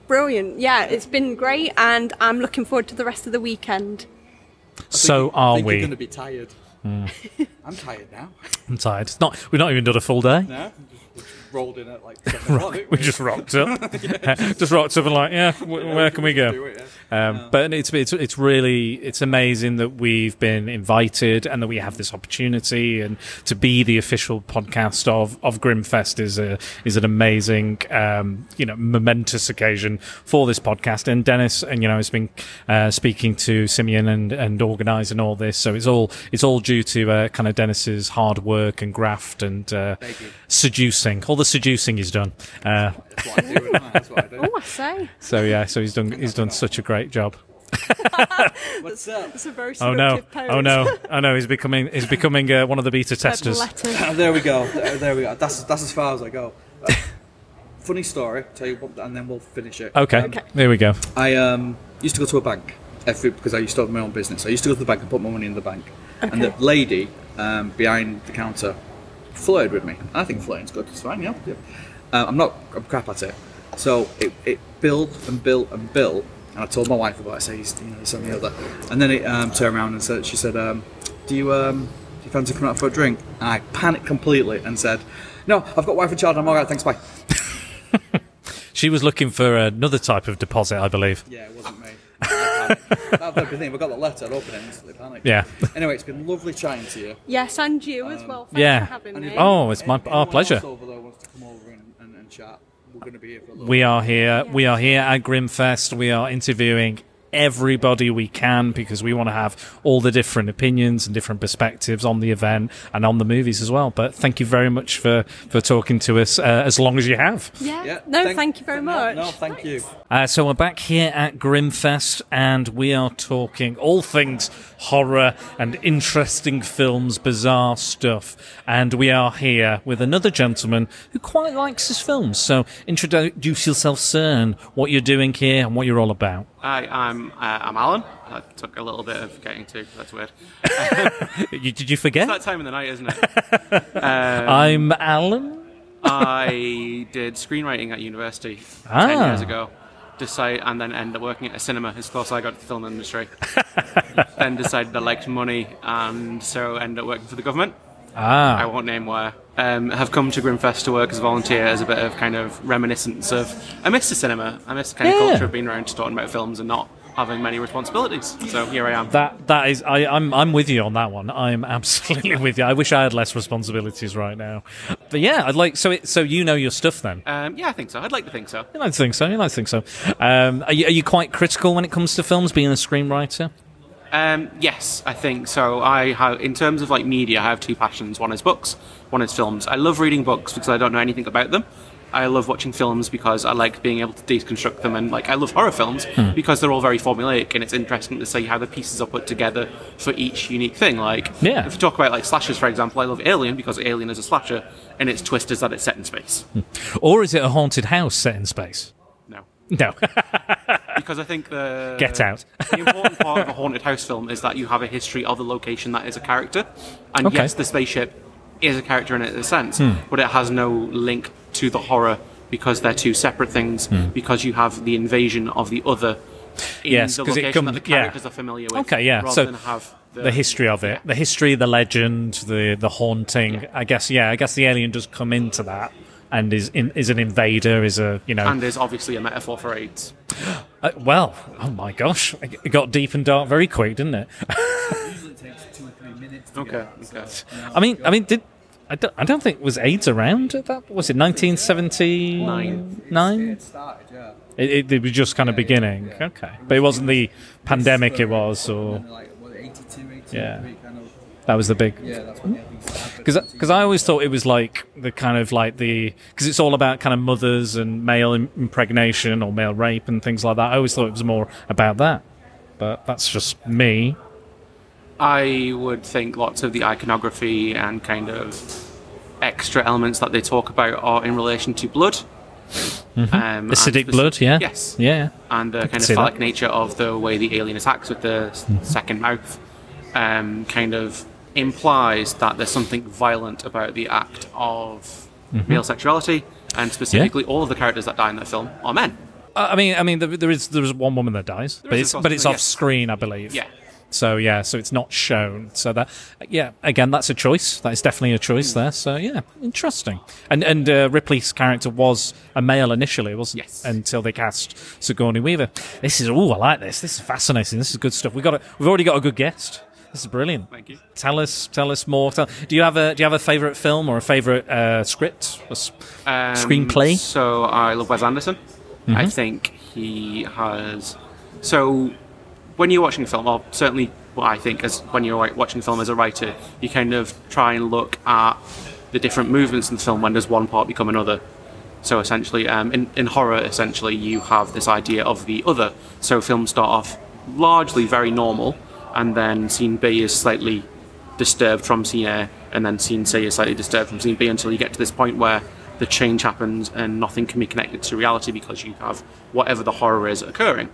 G: Brilliant. Yeah, it's been great, and I'm looking forward to the rest of the weekend.
B: So
H: I
B: are
H: think You're
B: we? Hmm.
H: going to be tired. I'm tired now.
B: I'm tired. It's not we've not even done a full day.
H: No, rolled in at like. 7 o'clock, didn't
B: We just rocked up, just rocked up and like, yeah, wh- where can we go?
H: Do it, yeah.
B: Um, But it's it's it's really it's amazing that we've been invited and that we have this opportunity and to be the official podcast of of Grimfest is a is an amazing um, you know momentous occasion for this podcast and Dennis and you know has been uh, speaking to Simeon and and organising all this so it's all it's all due to uh, kind of Dennis's hard work and graft and uh, seducing all the seducing he's done. Uh,
H: That's what I do. isn't it? That's what I do.
G: Oh, I say.
B: so yeah, so he's done he's done such a great job.
H: What's up?
G: It's a very
B: Oh
G: seductive
B: no!
G: pose.
B: Oh no! Oh no! He's becoming he's becoming uh, one of the beta testers.
G: Letter.
H: Oh, there we go. There, there we go. That's that's as far as I go. Uh, funny story. Tell you what, and then we'll finish it.
B: Okay.
H: Um,
B: There we go.
H: I um used to go to a bank. every because I used to have my own business. I used to go to the bank and put my money in the bank, and the lady um, behind the counter flirted with me. I think flirting's good. It's fine. Yeah. yeah. Uh, I'm not. I'm crap at it. So it, it built and built and built, and I told my wife about it. I said, you know, this and the other, and then it um, turned around and said, she said, um, "Do you um, do you fancy coming out for a drink?" And I panicked completely and said, "No, I've got wife and child. I'm all right. Thanks. Bye."
B: She was looking for another type of deposit, I believe.
H: Yeah, it wasn't me. I panicked. That's everything. We got the letter. I'd open it and instantly panicked.
B: Yeah.
H: Anyway, it's been lovely chatting to you.
G: Yes, and you as well. Thanks
B: yeah.
G: for having me.
B: Oh, it's my our
H: Anyone
B: pleasure.
H: Else over there wants to come over and, and, and chat. We're going to be here for a little.
B: We are here. We are here at Grimfest. We are interviewing everybody we can because we want to have all the different opinions and different perspectives on the event and on the movies as well. But thank you very much for for talking to us uh, as long as you have.
G: Yeah.
H: Yeah,
G: No, thank you very
H: no,
G: much.
H: No, thank you.
B: Uh, so we're back here at Grimfest, and we are talking all things horror and interesting films, bizarre stuff. And we are here with another gentleman who quite likes his films. So introduce yourself, sir, and what you're doing here and what you're all about.
I: Hi, I'm uh, I'm Alan. I took a little bit of getting to. That's weird.
B: You, did you forget?
I: That time of the night, isn't it?
B: I'm Alan.
I: I did screenwriting at university ten
B: Ah.
I: years ago. Decide and then ended up working at a cinema as close as I got to the film industry. then decided I liked money and so ended up working for the government. I
B: Ah,
I: won't name where. Um, have come to Grimfest to work as a volunteer as a bit of kind of reminiscence of I miss the cinema. I miss the kind of
B: Yeah.
I: culture of being around to talking about films and not having many responsibilities. So here I am.
B: that that is. I, I'm I'm with you on that one. I'm absolutely with you. I wish I had less responsibilities right now. But yeah, I'd like. So it, so you know your stuff then.
I: Um, yeah, I think so. I'd like to think so.
B: You like to think so. You like to think so. Um, are, you, are you quite critical when it comes to films, being a screenwriter?
I: Um, yes, I think so. I have, in terms of like media, I have two passions. One is books, one is films. I love reading books because I don't know anything about them. I love watching films because I like being able to deconstruct them, and like I love horror films because they're all very formulaic, and it's interesting to see how the pieces are put together for each unique thing. Like,
B: Yeah.
I: if you talk about like slashers, for example, I love Alien because Alien is a slasher, and its twist is that it's set in space.
B: Or is it a haunted house set in space?
I: No.
B: No.
I: because I think the
B: Get out.
I: the important part of a haunted house film is that you have a history of the location that is a character, and
B: Okay. Hmm.
I: yes, the spaceship is a character in it in a sense, but it has no link to the horror because they're two separate things.
B: Hmm.
I: Because you have the invasion of the other. In
B: Yes,
I: the
B: 'cause it
I: location
B: come-
I: that the
B: yeah.
I: characters are familiar with.
B: Okay, yeah,
I: Rather
B: so
I: than have the,
B: the history of it, the history, the legend, the the haunting. I guess yeah. I guess the alien does come into that and is in, is an invader. Is a you know.
I: and there's obviously a metaphor for AIDS.
B: uh, well, oh my gosh, it got deep and dark very quick, didn't it?
H: Usually it takes two or three minutes.
I: Okay, okay.
B: I mean, I mean, did. I don't, I don't think was AIDS around at that. Was it 1979?
I: Nine.
B: Nine?
H: It started, yeah.
B: It, it, it was just kind of beginning.
H: yeah.
B: Okay, but it wasn't the pandemic. It was, or
H: And then, like, what, 82, 83
B: Yeah.
H: kind of.
B: that was the big.
H: Yeah, that's when everything started.
B: Because because I always thought it was like the kind of like the because it's all about kind of mothers and male im- impregnation or male rape and things like that. I always thought it was more about that, but that's just me.
I: I would think lots of the iconography and kind of extra elements that they talk about are in relation to blood. Um,
B: Mm-hmm. Acidic
I: and speci-
B: blood, yeah,
I: Yes.
B: yeah,
I: And the kind of
B: see that. Mm-hmm.
I: phallic nature of the way the alien attacks with the s- second mouth um, kind of implies that there's something violent about the act of
B: Mm-hmm.
I: male sexuality, and specifically, all of the characters that die in that film are men.
B: Uh, I I mean, I mean, there, there is there is one woman that dies, but
I: is,
B: it's
I: of course,
B: but it's
I: yeah.
B: off screen, I believe.
I: Yeah.
B: So yeah, so it's not shown. So that yeah, again, that's a choice. That is definitely a choice
I: Hmm.
B: there. So yeah, interesting. And and uh, Ripley's character was a male initially, wasn't?
I: Yes.
B: Until they cast Sigourney Weaver. This is oh, I like this. This is fascinating. This is good stuff. We got a, We've already got a good guest. This is brilliant.
I: Thank you.
B: Tell us, tell us more. Tell, do you have a do you have a favorite film or a favorite uh, script? Or s-
I: Um,
B: Screenplay?
I: So I love Wes Anderson. I think he has. So when you're watching a film, or certainly what I think is when you're like, watching a film as a writer, you kind of try and look at the different movements in the film. When does one part become another? So essentially, um, in, in horror, essentially, you have this idea of the other. So films start off largely very normal, and then scene B is slightly disturbed from scene A, and then scene C is slightly disturbed from scene B until you get to this point where the change happens and nothing can be connected to reality because you have whatever the horror is occurring.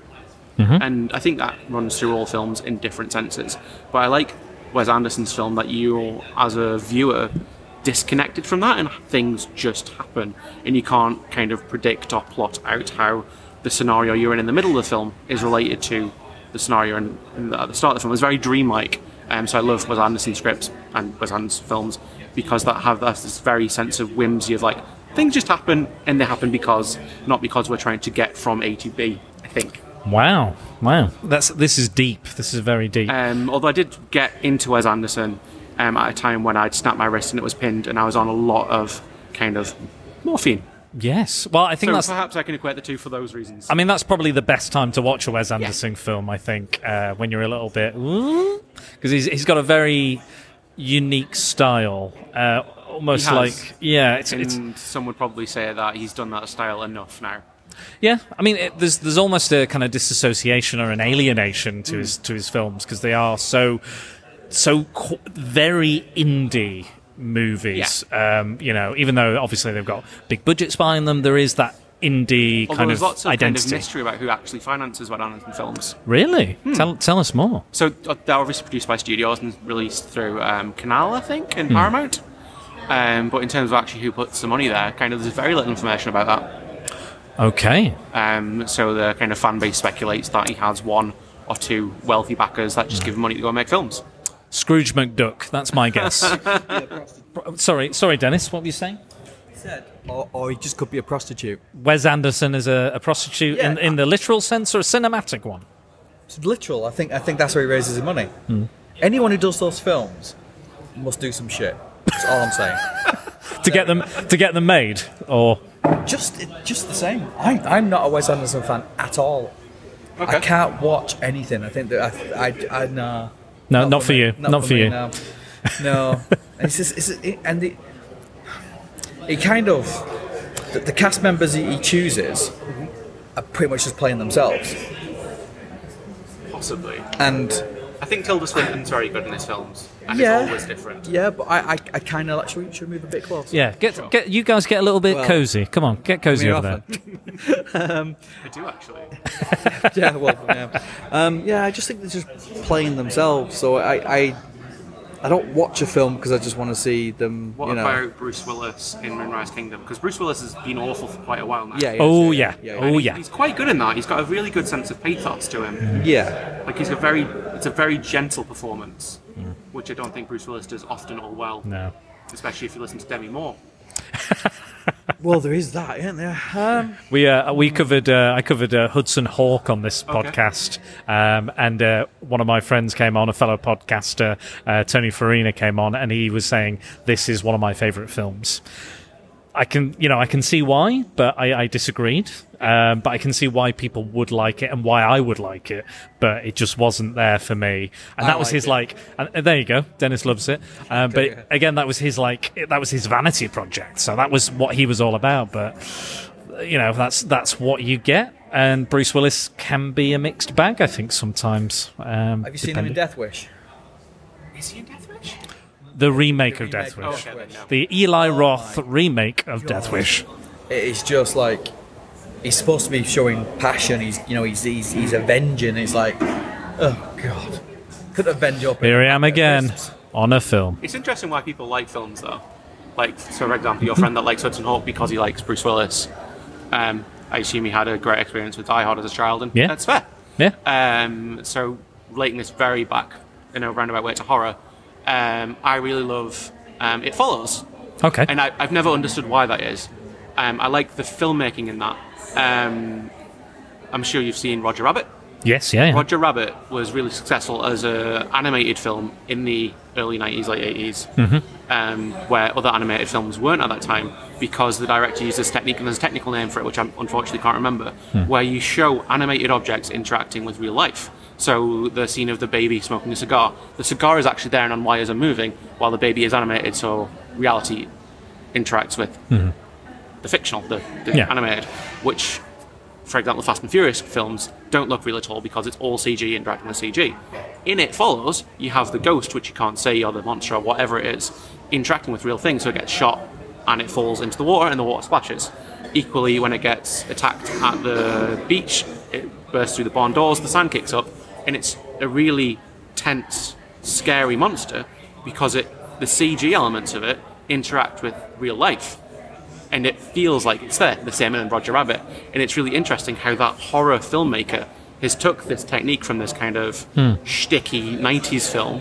I: and I think that runs through all films in different senses. But I like Wes Anderson's film that you, as a viewer, disconnected from that, and things just happen, and you can't kind of predict or plot out how the scenario you're in in the middle of the film is related to the scenario in, in the, at the start of the film. It's very dreamlike. Um, so I love Wes Anderson scripts and Wes Anderson films because that have that this very sense of whimsy of like things just happen and they happen because not because we're trying to get from A to B. I think.
B: Wow, wow. That's this is deep. This is very deep.
I: Um, although I did get into Wes Anderson um, at a time when I'd snapped my wrist and it was pinned, and I was on a lot of kind of morphine.
B: yes. Well, I think
I: So
B: that's.
I: perhaps I can equate the two for those reasons.
B: I mean, that's probably the best time to watch a Wes Anderson film. I think uh, when you're a little bit because he's he's got a very unique style, uh, almost
I: He has.
B: like yeah, it's, it's
I: and some would probably say that he's done that style enough now.
B: Yeah, I mean, it, there's there's almost a kind of disassociation or an alienation to
I: Mm.
B: his to his films because they are so so qu- very indie movies. Um, you know, even though obviously they've got big budgets behind them, there is that indie
I: Although
B: kind
I: there's
B: of
I: lots of
B: identity.
I: kind of mystery about who actually finances Wes Anderson films.
B: really? Tell tell us more.
I: So uh, they're obviously produced by studios and released through um, Canal, I think,
B: Hmm.
I: and Paramount. Um, but in terms of actually who puts the money there, kind of there's very little information about that.
B: Okay.
I: Um, so the kind of fan base speculates that he has one or two wealthy backers that just give him money to go and make films.
B: Scrooge McDuck. That's my guess. Pro- sorry, sorry, Dennis. What were you saying?
H: Said, or, or he Oh, just could be a prostitute.
B: Wes Anderson is a, a prostitute in,
H: Yeah.
B: in the literal sense or a cinematic one?
H: It's literal. I think I think that's where he raises his money.
B: Hmm.
H: Anyone who does those films must do some shit. That's all I'm saying.
B: To get them to get them made, or
H: just just the same. I, I'm not a Wes Anderson fan at all. I can't watch anything. I think that I I, I nah.
B: no, not for
H: me.
B: you, not for
H: me,
B: you.
H: No, no. And it's just, it's, it, and it, it kind of the, the cast members he, he chooses are pretty much just playing themselves.
I: Possibly.
H: And
I: I think Tilda Swinton's very good in his films, and
H: yeah,
I: it's always different.
H: Yeah, but I I, I kind of like should we, should we move a bit closer?
B: Yeah, get get you guys get a little bit
H: Well,
B: cozy. Come on, get cozy
H: we're
B: over there.
I: I do actually.
H: yeah, well, yeah. Um, yeah, I just think they're just playing themselves. So I, I, I don't watch a film because I just want to see them.
I: What
H: you know,
I: about Bruce Willis in Moonrise Kingdom? Because Bruce Willis has been awful for quite a while now.
H: Yeah, yeah.
B: Oh yeah,
H: yeah,
B: oh
I: He's-
B: yeah. Mm-hmm.
I: He's quite good in that. He's got a really good sense of pathos to him.
H: yeah,
I: Like he's a very, it's a very gentle performance, which I don't think Bruce Willis does often or well.
B: No,
I: Especially if you listen to Demi Moore.
H: well, there is that, isn't there? Um,
B: we uh, we covered uh, I covered uh, Hudson Hawk on this podcast, um, and uh, one of my friends came on, a fellow podcaster, uh, Tony Farina came on, and he was saying this is one of my favorite films. I can you know I can see why, but I, I disagreed. Um, but I can see why people would like it and why I would like it, but it just wasn't there for me. And that was
H: like
B: his
H: it.
B: like. And, and there you go, Dennis loves it. Um, but
H: Yeah.
B: again, that was his like. That was his vanity project. So that was what he was all about. But you know that's that's what you get and bruce willis can be a mixed bag i think sometimes um
H: have you seen them
B: depending-
H: in Death Wish?
I: Is he in Death Wish? Oh,
B: the remake of
H: remake
B: death
H: of
B: wish
I: Okay, Oh, then, no.
B: the eli roth remake of death wish
H: It is just like he's supposed to be showing passion. He's you know he's he's, he's avenging. It's like, oh god, could avenge your.
B: here i am again on a film
I: It's interesting why people like films though. Like, so for example, your friend that likes Hudson Hawk because he likes Bruce Willis. Um, I assume he had a great experience with Die Hard as a child, and
B: Yeah.
I: that's fair.
B: yeah
I: Um, so, relating this very back in a roundabout way to horror, um, I really love um, It Follows.
B: okay
I: and I, I've never understood why that is. Um, I like the filmmaking in that. Um, I'm sure you've seen Roger Rabbit.
B: yes yeah, yeah.
I: Roger Rabbit was really successful as a animated film in the early 90s, late 80s,
B: Mm-hmm.
I: um, where other animated films weren't at that time because the director used this technique, and there's a technical name for it, which I unfortunately can't remember,
B: Hmm.
I: where you show animated objects interacting with real life. So the scene of the baby smoking a cigar, the cigar is actually there and on wires are moving while the baby is animated, so reality interacts with the fictional, the, the
B: Mm-hmm. Yeah.
I: animated, which for example, the Fast and Furious films don't look real at all because it's all CG interacting with CG. In It Follows, you have the ghost, which you can't see, or the monster, or whatever it is, interacting with real things, so it gets shot and it falls into the water and the water splashes. Equally, when it gets attacked at the beach, it bursts through the barn doors, the sand kicks up, and it's a really tense, scary monster because it the CG elements of it interact with real life. And it feels like it's there, the same in Roger Rabbit. And it's really interesting how that horror filmmaker has took this technique from this kind of
B: Hmm.
I: shticky 90s film.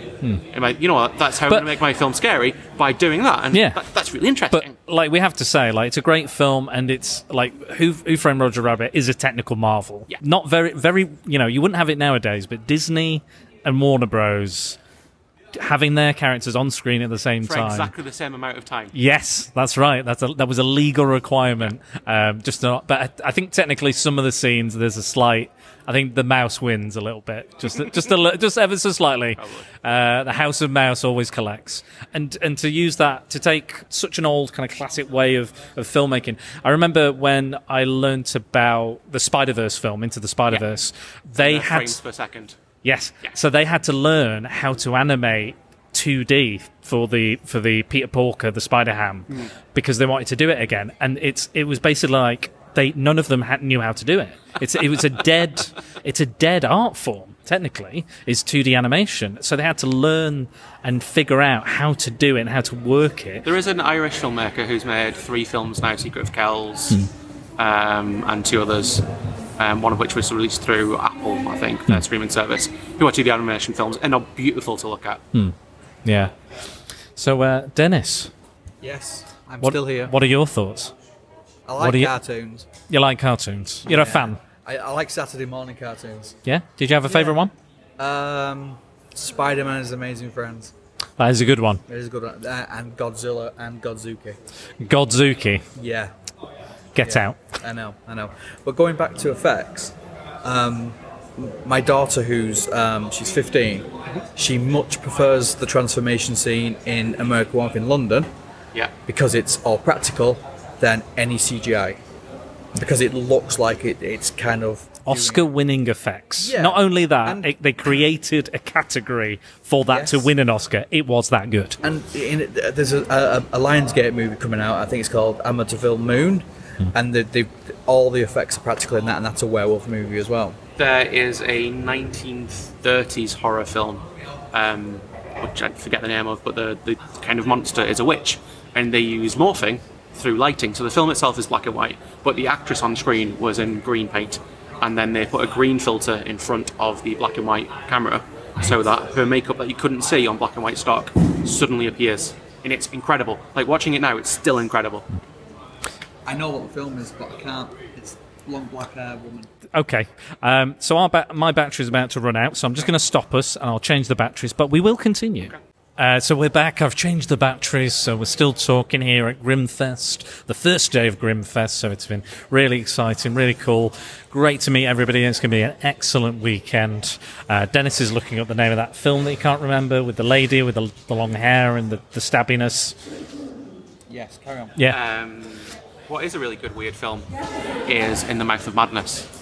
I: And like, you know what, that's how
B: But-
I: I'm going to make my film scary by doing that. And
B: Yeah.
I: that, that's really interesting.
B: But like we have to say, like it's a great film, and it's like Who, Who Framed Roger Rabbit is a technical marvel.
I: Yeah.
B: Not very, very. You know, you wouldn't have it nowadays, but Disney and Warner Bros. having their characters on screen at the same
I: for
B: time.
I: exactly the same amount of time.
B: Yes, that's right. That's a, that was a legal requirement. Um, just not, but I, I think technically some of the scenes there's a slight. I think the mouse wins a little bit, just just a li- just ever so slightly. Uh, the House of Mouse always collects, and and to use that to take such an old kind of classic way of of filmmaking. I remember when I learnt about the Spider Verse film, Into the Spider Verse. They
I: Uh,
B: had
I: frames per second.
B: Yes. So they had to learn how to animate 2D for the for the Peter Porker, the Spider Ham,
H: Hmm.
B: because they wanted to do it again, and it's it was basically like they none of them had, knew how to do it. It's it was a dead it's a dead art form technically is 2D animation, so they had to learn and figure out how to do it and how to work it.
I: There is an Irish filmmaker who's made three films now: Secret of Kells,
B: Hmm.
I: um, and two others. Um, one of which was released through Apple, I think,
B: Hmm.
I: their streaming service. Who are two the animation films and are beautiful to look at.
B: Hmm. Yeah. So uh, Dennis,
H: Yes, I'm
B: what
H: still here.
B: what are your thoughts?
H: I
B: what
H: like
B: are you-
H: cartoons.
B: You like cartoons? You're a fan,
H: I, I like Saturday morning cartoons.
B: yeah? Did you have a favorite one?
H: Um, Spider Man is Amazing Friends.
B: That is a good one.
H: It is a good one. Uh, and Godzilla and Godzuki.
B: Godzuki,
H: Yeah,
B: get out.
H: I know, I know. But going back to effects, um, my daughter, who's um, she's 15, she much prefers the transformation scene in American Werewolf in London
I: Yeah,
H: because it's all practical than any CGI. Because it looks like it, it's kind of
B: Oscar winning effects.
H: Yeah.
B: Not only that,
H: And-
B: it, they created a category for that to
H: Yes.
B: win an Oscar. It was that good.
H: And in it, there's a, a, a Lionsgate movie coming out. I think it's called Amateurville Moon, and the, the, all the effects are practical in that, and that's a werewolf movie as well.
I: there is a 1930s horror film, um, which I forget the name of, but the, the kind of monster is a witch, and they use morphing through lighting. So the film itself is black and white, but the actress on screen was in green paint, and then they put a green filter in front of the black and white camera so that her makeup that you couldn't see on black and white stock suddenly appears. And it's incredible. Like watching it now, it's still incredible.
H: I know what the film is, but I can't. It's long black hair woman.
B: Okay. Um, so our ba- my battery's about to run out, so I'm just going to stop us and I'll change the batteries, but we will continue. Uh, so we're back. I've changed the batteries, so we're still talking here at Grimfest, the first day of Grimfest. So it's been really exciting, really cool. Great to meet everybody. It's going to be an excellent weekend. Uh, Dennis is looking up the name of that film that he can't remember with the lady with the, the long hair and the, the stabbiness.
H: Yes, carry on.
B: Yeah.
I: Um, what is a really good weird film is In the Mouth of Madness.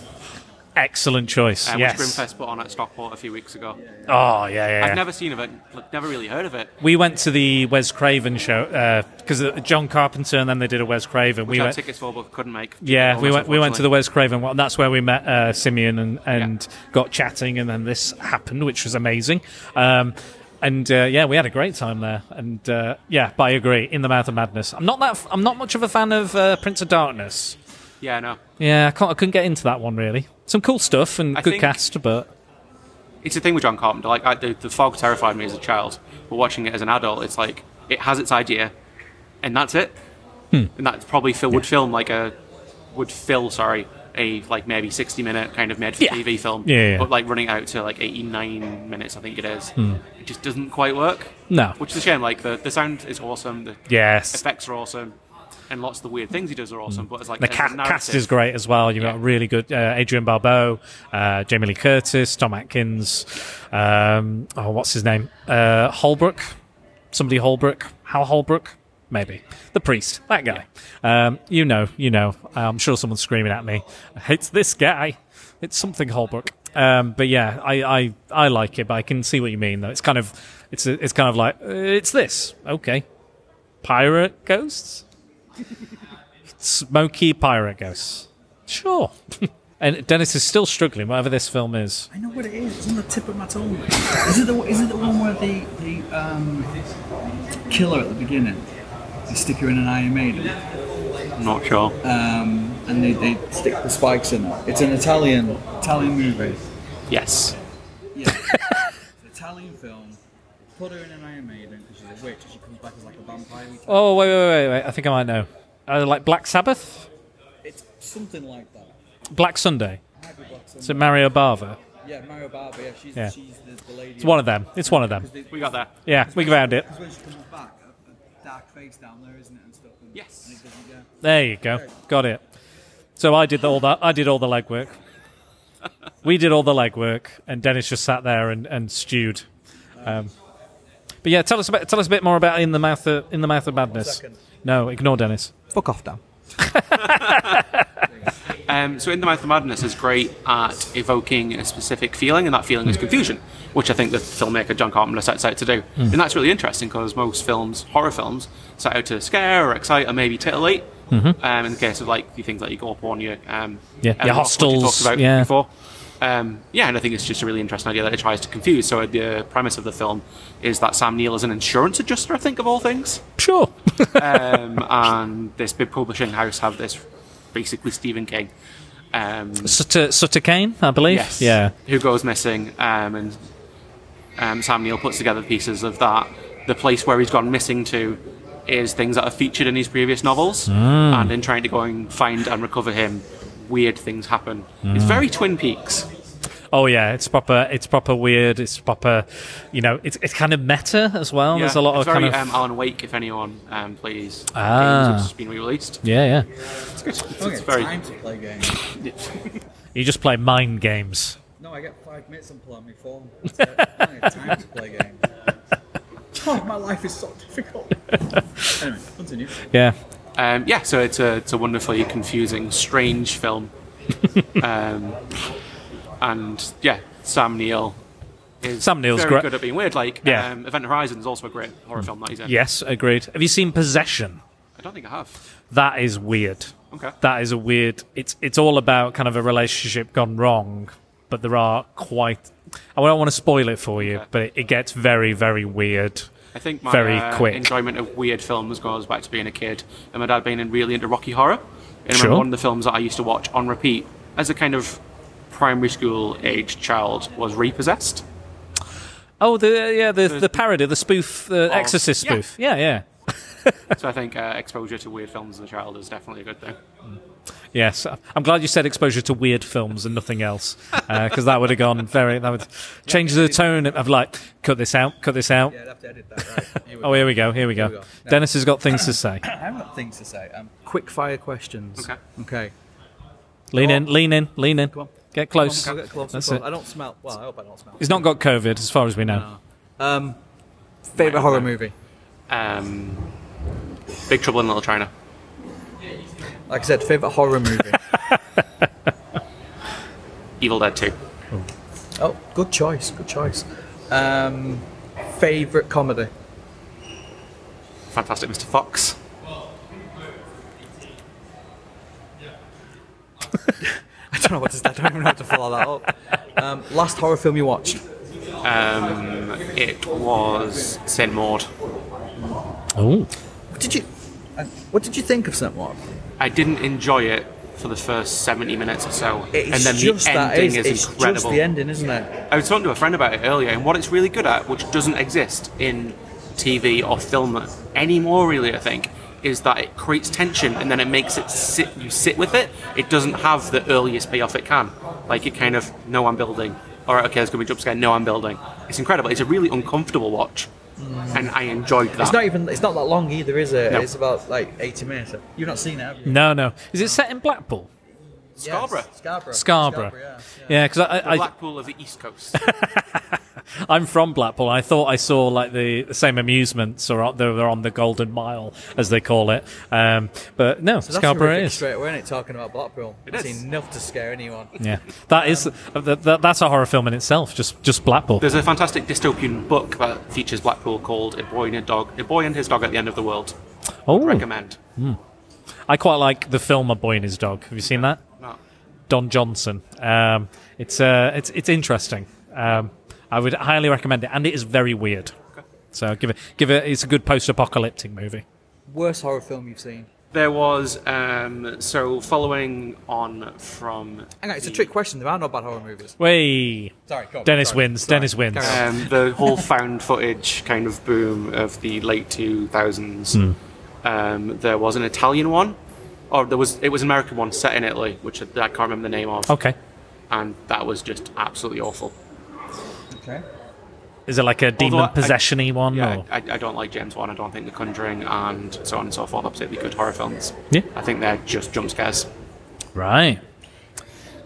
B: Excellent choice.
I: uh,
B: yes.
I: which Grimfest put on at Stockport a few weeks ago.
B: Oh, yeah, yeah. yeah.
I: I've never seen of it, like, never really heard of it.
B: We went to the Wes Craven show because John Carpenter, and then they did a Wes Craven.
I: Which
B: we
I: I
B: went,
I: had tickets for but couldn't make.
B: yeah, we
I: Almost,
B: went. We went to the
I: unfortunately.
B: Wes Craven one. That's where we met uh, Simeon and, and got chatting, and then this happened, which was amazing. Um, and uh, yeah, we had a great time there. And uh, yeah, but I agree. In the mouth of madness. I'm not that. F- I'm not much of a fan of uh, Prince of Darkness.
I: Yeah, no.
B: Yeah, I, can't, I couldn't get into that one really. Some cool stuff and
I: I
B: good
I: think-
B: cast, but
I: It's a thing with John Carpenter. Like I, the, the fog terrified me as a child, but watching it as an adult, it's like it has its idea, and that's it.
B: Hmm.
I: And that probably fi- would film like a would fill sorry a like maybe sixty minute kind of made for TV film.
B: Yeah, yeah, yeah.
I: But like running out to like eighty nine minutes, I think it is. It just doesn't quite work.
B: no.
I: Which is a shame. Like the, the sound is awesome. The
B: Yes,
I: effects are awesome, and lots of the weird things he does are awesome. But it's like
B: Mm. The
I: as a
B: ca-
I: narrative-
B: cast is great as well. You've got really good uh, Adrian Barbeau, uh, Jamie Lee Curtis, Tom Atkins. Um, oh, what's his name? Uh, Holbrook. Somebody Holbrook. Hal Holbrook. Maybe the priest. That guy. Um, you know. You know. I'm sure someone's screaming at me. It's this guy. It's something Holbrook. Um, but yeah, I, I I like it. But I can see what you mean though. It's kind of it's a, it's kind of like uh, it's this. Okay, pirate ghosts smoky pyro ghosts. Sure. And Dennis is still struggling, whatever this film is.
H: I know what it is. It's on the tip of my tongue. Is it the is it the one where the the um, killer at the beginning? They stick her in an Iron Maiden,
I: I'm not sure.
H: um, and they, they stick the spikes in her. It's an Italian Italian movie.
I: yes.
H: Yeah, It's an Italian film. Put her in an Iron Maiden because she's a witch. and She comes back as like a vampire.
B: Oh, wait, wait, wait, wait. I think I might know. Uh, like Black Sabbath?
H: It's something like that.
B: Black Sunday.
H: Might be Black Sun-
B: Is it Mario Bava?
H: Yeah, Mario Barber. Yeah, she's,
B: Yeah.
H: she's the, the lady.
B: It's one of them. It's one of them.
I: We got that.
B: Yeah, we found it.
H: Because when she comes back, a, a dark face down there, isn't it, and stuff. And,
I: Yes.
H: And it doesn't, yeah.
B: There you go. Got it. So I did the, all that. I did all the legwork. We did all the legwork, and Dennis just sat there and, and stewed. Um, but yeah, tell us about, tell us a bit more about in the mouth of, in the mouth of madness.
H: second.
B: No, ignore Dennis.
H: Fuck off, Dan.
I: Um, so, In the Mouth of Madness is great at evoking a specific feeling, and that feeling is
B: Mm.
I: confusion, which I think the filmmaker John Carpenter sets out to do.
B: Mm.
I: And that's really interesting because most films, horror films, set out to scare or excite or maybe titillate. Um, in the case of like the things that you go up on your um,
B: Mm-hmm. Yeah, your
I: elements, which you
B: hostels,
I: talked about
B: yeah.
I: before. Um, yeah, and I think it's just a really interesting idea that it tries to confuse. So the premise of the film is that Sam Neill is an insurance adjuster, I think, of all things
B: Sure.
I: um, and this big publishing house have this basically Stephen King. Um,
B: Sutter, Sutter Kane, I believe.
I: yes,
B: Yeah.
I: Who goes missing? Um, and um, Sam Neill puts together pieces of that. The place where he's gone missing to is things that are featured in his previous novels,
B: Mm.
I: and in trying to go and find and recover him, weird things happen. It's
B: Mm.
I: very Twin Peaks.
B: Oh yeah, it's proper. It's proper weird. It's proper. You know, it's it's kind of meta as well. There's a
I: Yeah,
B: lot
I: it's
B: of
I: very,
B: kind of.
I: um, Alan Wake. If anyone um, plays
B: Ah.
I: games, it's been re-released.
B: yeah, yeah.
I: It's good. It's,
H: Okay,
I: it's very
H: time to play games.
B: You just play mind games.
H: No, I get five minutes and play on my phone. That's it. I don't have time to play games. Oh, my life is so difficult. anyway, continue.
B: Yeah.
I: Um, yeah, so it's a, it's a wonderfully confusing, strange film. um, and yeah, Sam Neill is
B: Sam Neill's
I: very
B: great.
I: good at being weird. Like
B: Yeah.
I: um, Event Horizon is also a great horror film that he's in.
B: Yes, agreed. Have you seen Possession?
I: I don't think I have.
B: That is weird.
I: Okay.
B: That is a weird. It's it's all about kind of a relationship gone wrong, but there are quite. I don't want to spoil it for you,
I: Okay.
B: but it, it gets very very weird.
I: I think my
B: Very
I: uh,
B: quick.
I: enjoyment of weird films goes back to being a kid and my dad being in really into Rocky Horror. And I
B: Sure.
I: remember one of the films that I used to watch on repeat as a kind of primary school aged child was Repossessed.
B: Oh, the yeah the the parody, the spoof, the Exorcist
I: Oh, yeah.
B: spoof. Yeah, yeah.
I: so I think uh, exposure to weird films as a child is definitely a good thing.
B: Yes, I'm glad you said exposure to weird films and nothing else, because that would have gone very. That would change the tone of like, cut this out, cut this out.
H: Yeah, I'd have to edit that, right? Here we
B: Oh,
H: go.
B: here we go, here we go.
H: we go. Now-
B: Dennis has got things to say.
H: I haven't got things to say. Um, quick fire questions.
I: Okay.
H: Okay.
B: Lean in, lean in, lean in.
H: Come on.
B: Get close.
H: Come on, get close,
B: That's
H: close.
B: it.
H: I don't smell. Well, I hope I don't smell.
B: He's not got COVID, as far as we know.
H: Um, favorite horror movie.
I: um, Big Trouble in Little China.
H: Like I said, favorite horror movie.
I: Evil Dead 2.
H: oh, good choice. Good choice. Um, favorite comedy.
I: Fantastic Mr. Fox.
H: I don't know what to. I don't even know how to follow that up. Um, last horror film you watched.
I: Um, it was St. Maud.
B: Oh.
H: What did you? uh, What did you think of Saint Maud?
I: I didn't enjoy it for the first 70 minutes or so.
H: It's
I: and then
H: just
I: the
H: that
I: ending is,
H: is, it's just
I: incredible.
H: the ending, isn't it?
I: I was talking to a friend about it earlier, and what it's really good at, which doesn't exist in TV or film anymore, really, I think, is that it creates tension and then it makes it sit. You sit with it. It doesn't have the earliest payoff it can. Like it kind of, no, I'm building. All right, okay, there's gonna be a jump scare. No, I'm building. It's incredible. It's a really uncomfortable watch, and I enjoyed that.
H: It's not even. It's not that long either, is it?
I: No.
H: It's about like 80 minutes. You've not seen it, have you?
B: No, no. Is it set in Blackpool?
I: Scarborough.
H: Yes, Scarborough.
B: Scarborough.
H: Scarborough, yeah,
B: Yeah, because I,
I: the
B: I,
I: Blackpool of the East Coast.
B: I'm from Blackpool. I thought I saw like the, the same amusements, or they were on the Golden Mile, as they call it. Um, but no,
H: So that's
B: Scarborough
H: horrific
B: is.
H: straight away, isn't it? Talking about Blackpool. It's
I: is.
H: enough to scare anyone.
B: Yeah, that is
J: uh,
B: that, that, that's a horror film in itself. Just just Blackpool.
I: There's a fantastic dystopian book that features Blackpool called "A Boy and a Dog." A Boy and His Dog at the End of the World.
B: Oh,
I: Recommend.
B: I quite like the film A Boy and His Dog. Have you seen that?
I: No.
J: Don Johnson. Um, it's uh, it's it's interesting. Um, I would highly recommend it, and it is very weird. So give it give it. It's a good post-apocalyptic movie.
H: Worst horror film you've seen?
I: There was um, so following on from
H: Hang on, it's a
I: the-
H: trick question. There are no bad horror movies.
J: Way
H: Sorry, go on,
J: Dennis
H: sorry,
J: wins.
H: sorry.
J: Dennis wins.
H: Carry on.
I: um, the whole found footage kind of boom of the late
J: Hmm.
I: 2000s. Um, there was an Italian one, or there was it was an American one set in Italy, which I, I can't remember the name of,
J: Okay.
I: and that was just absolutely awful.
H: Okay.
J: Is it like a demon
I: I- I-
J: possession-y one?
I: Yeah,
J: or?
I: I, I don't like James Wan. I don't think The Conjuring and so on and so forth are particularly good horror films.
J: Yeah.
I: I think they're just jump scares.
J: Right.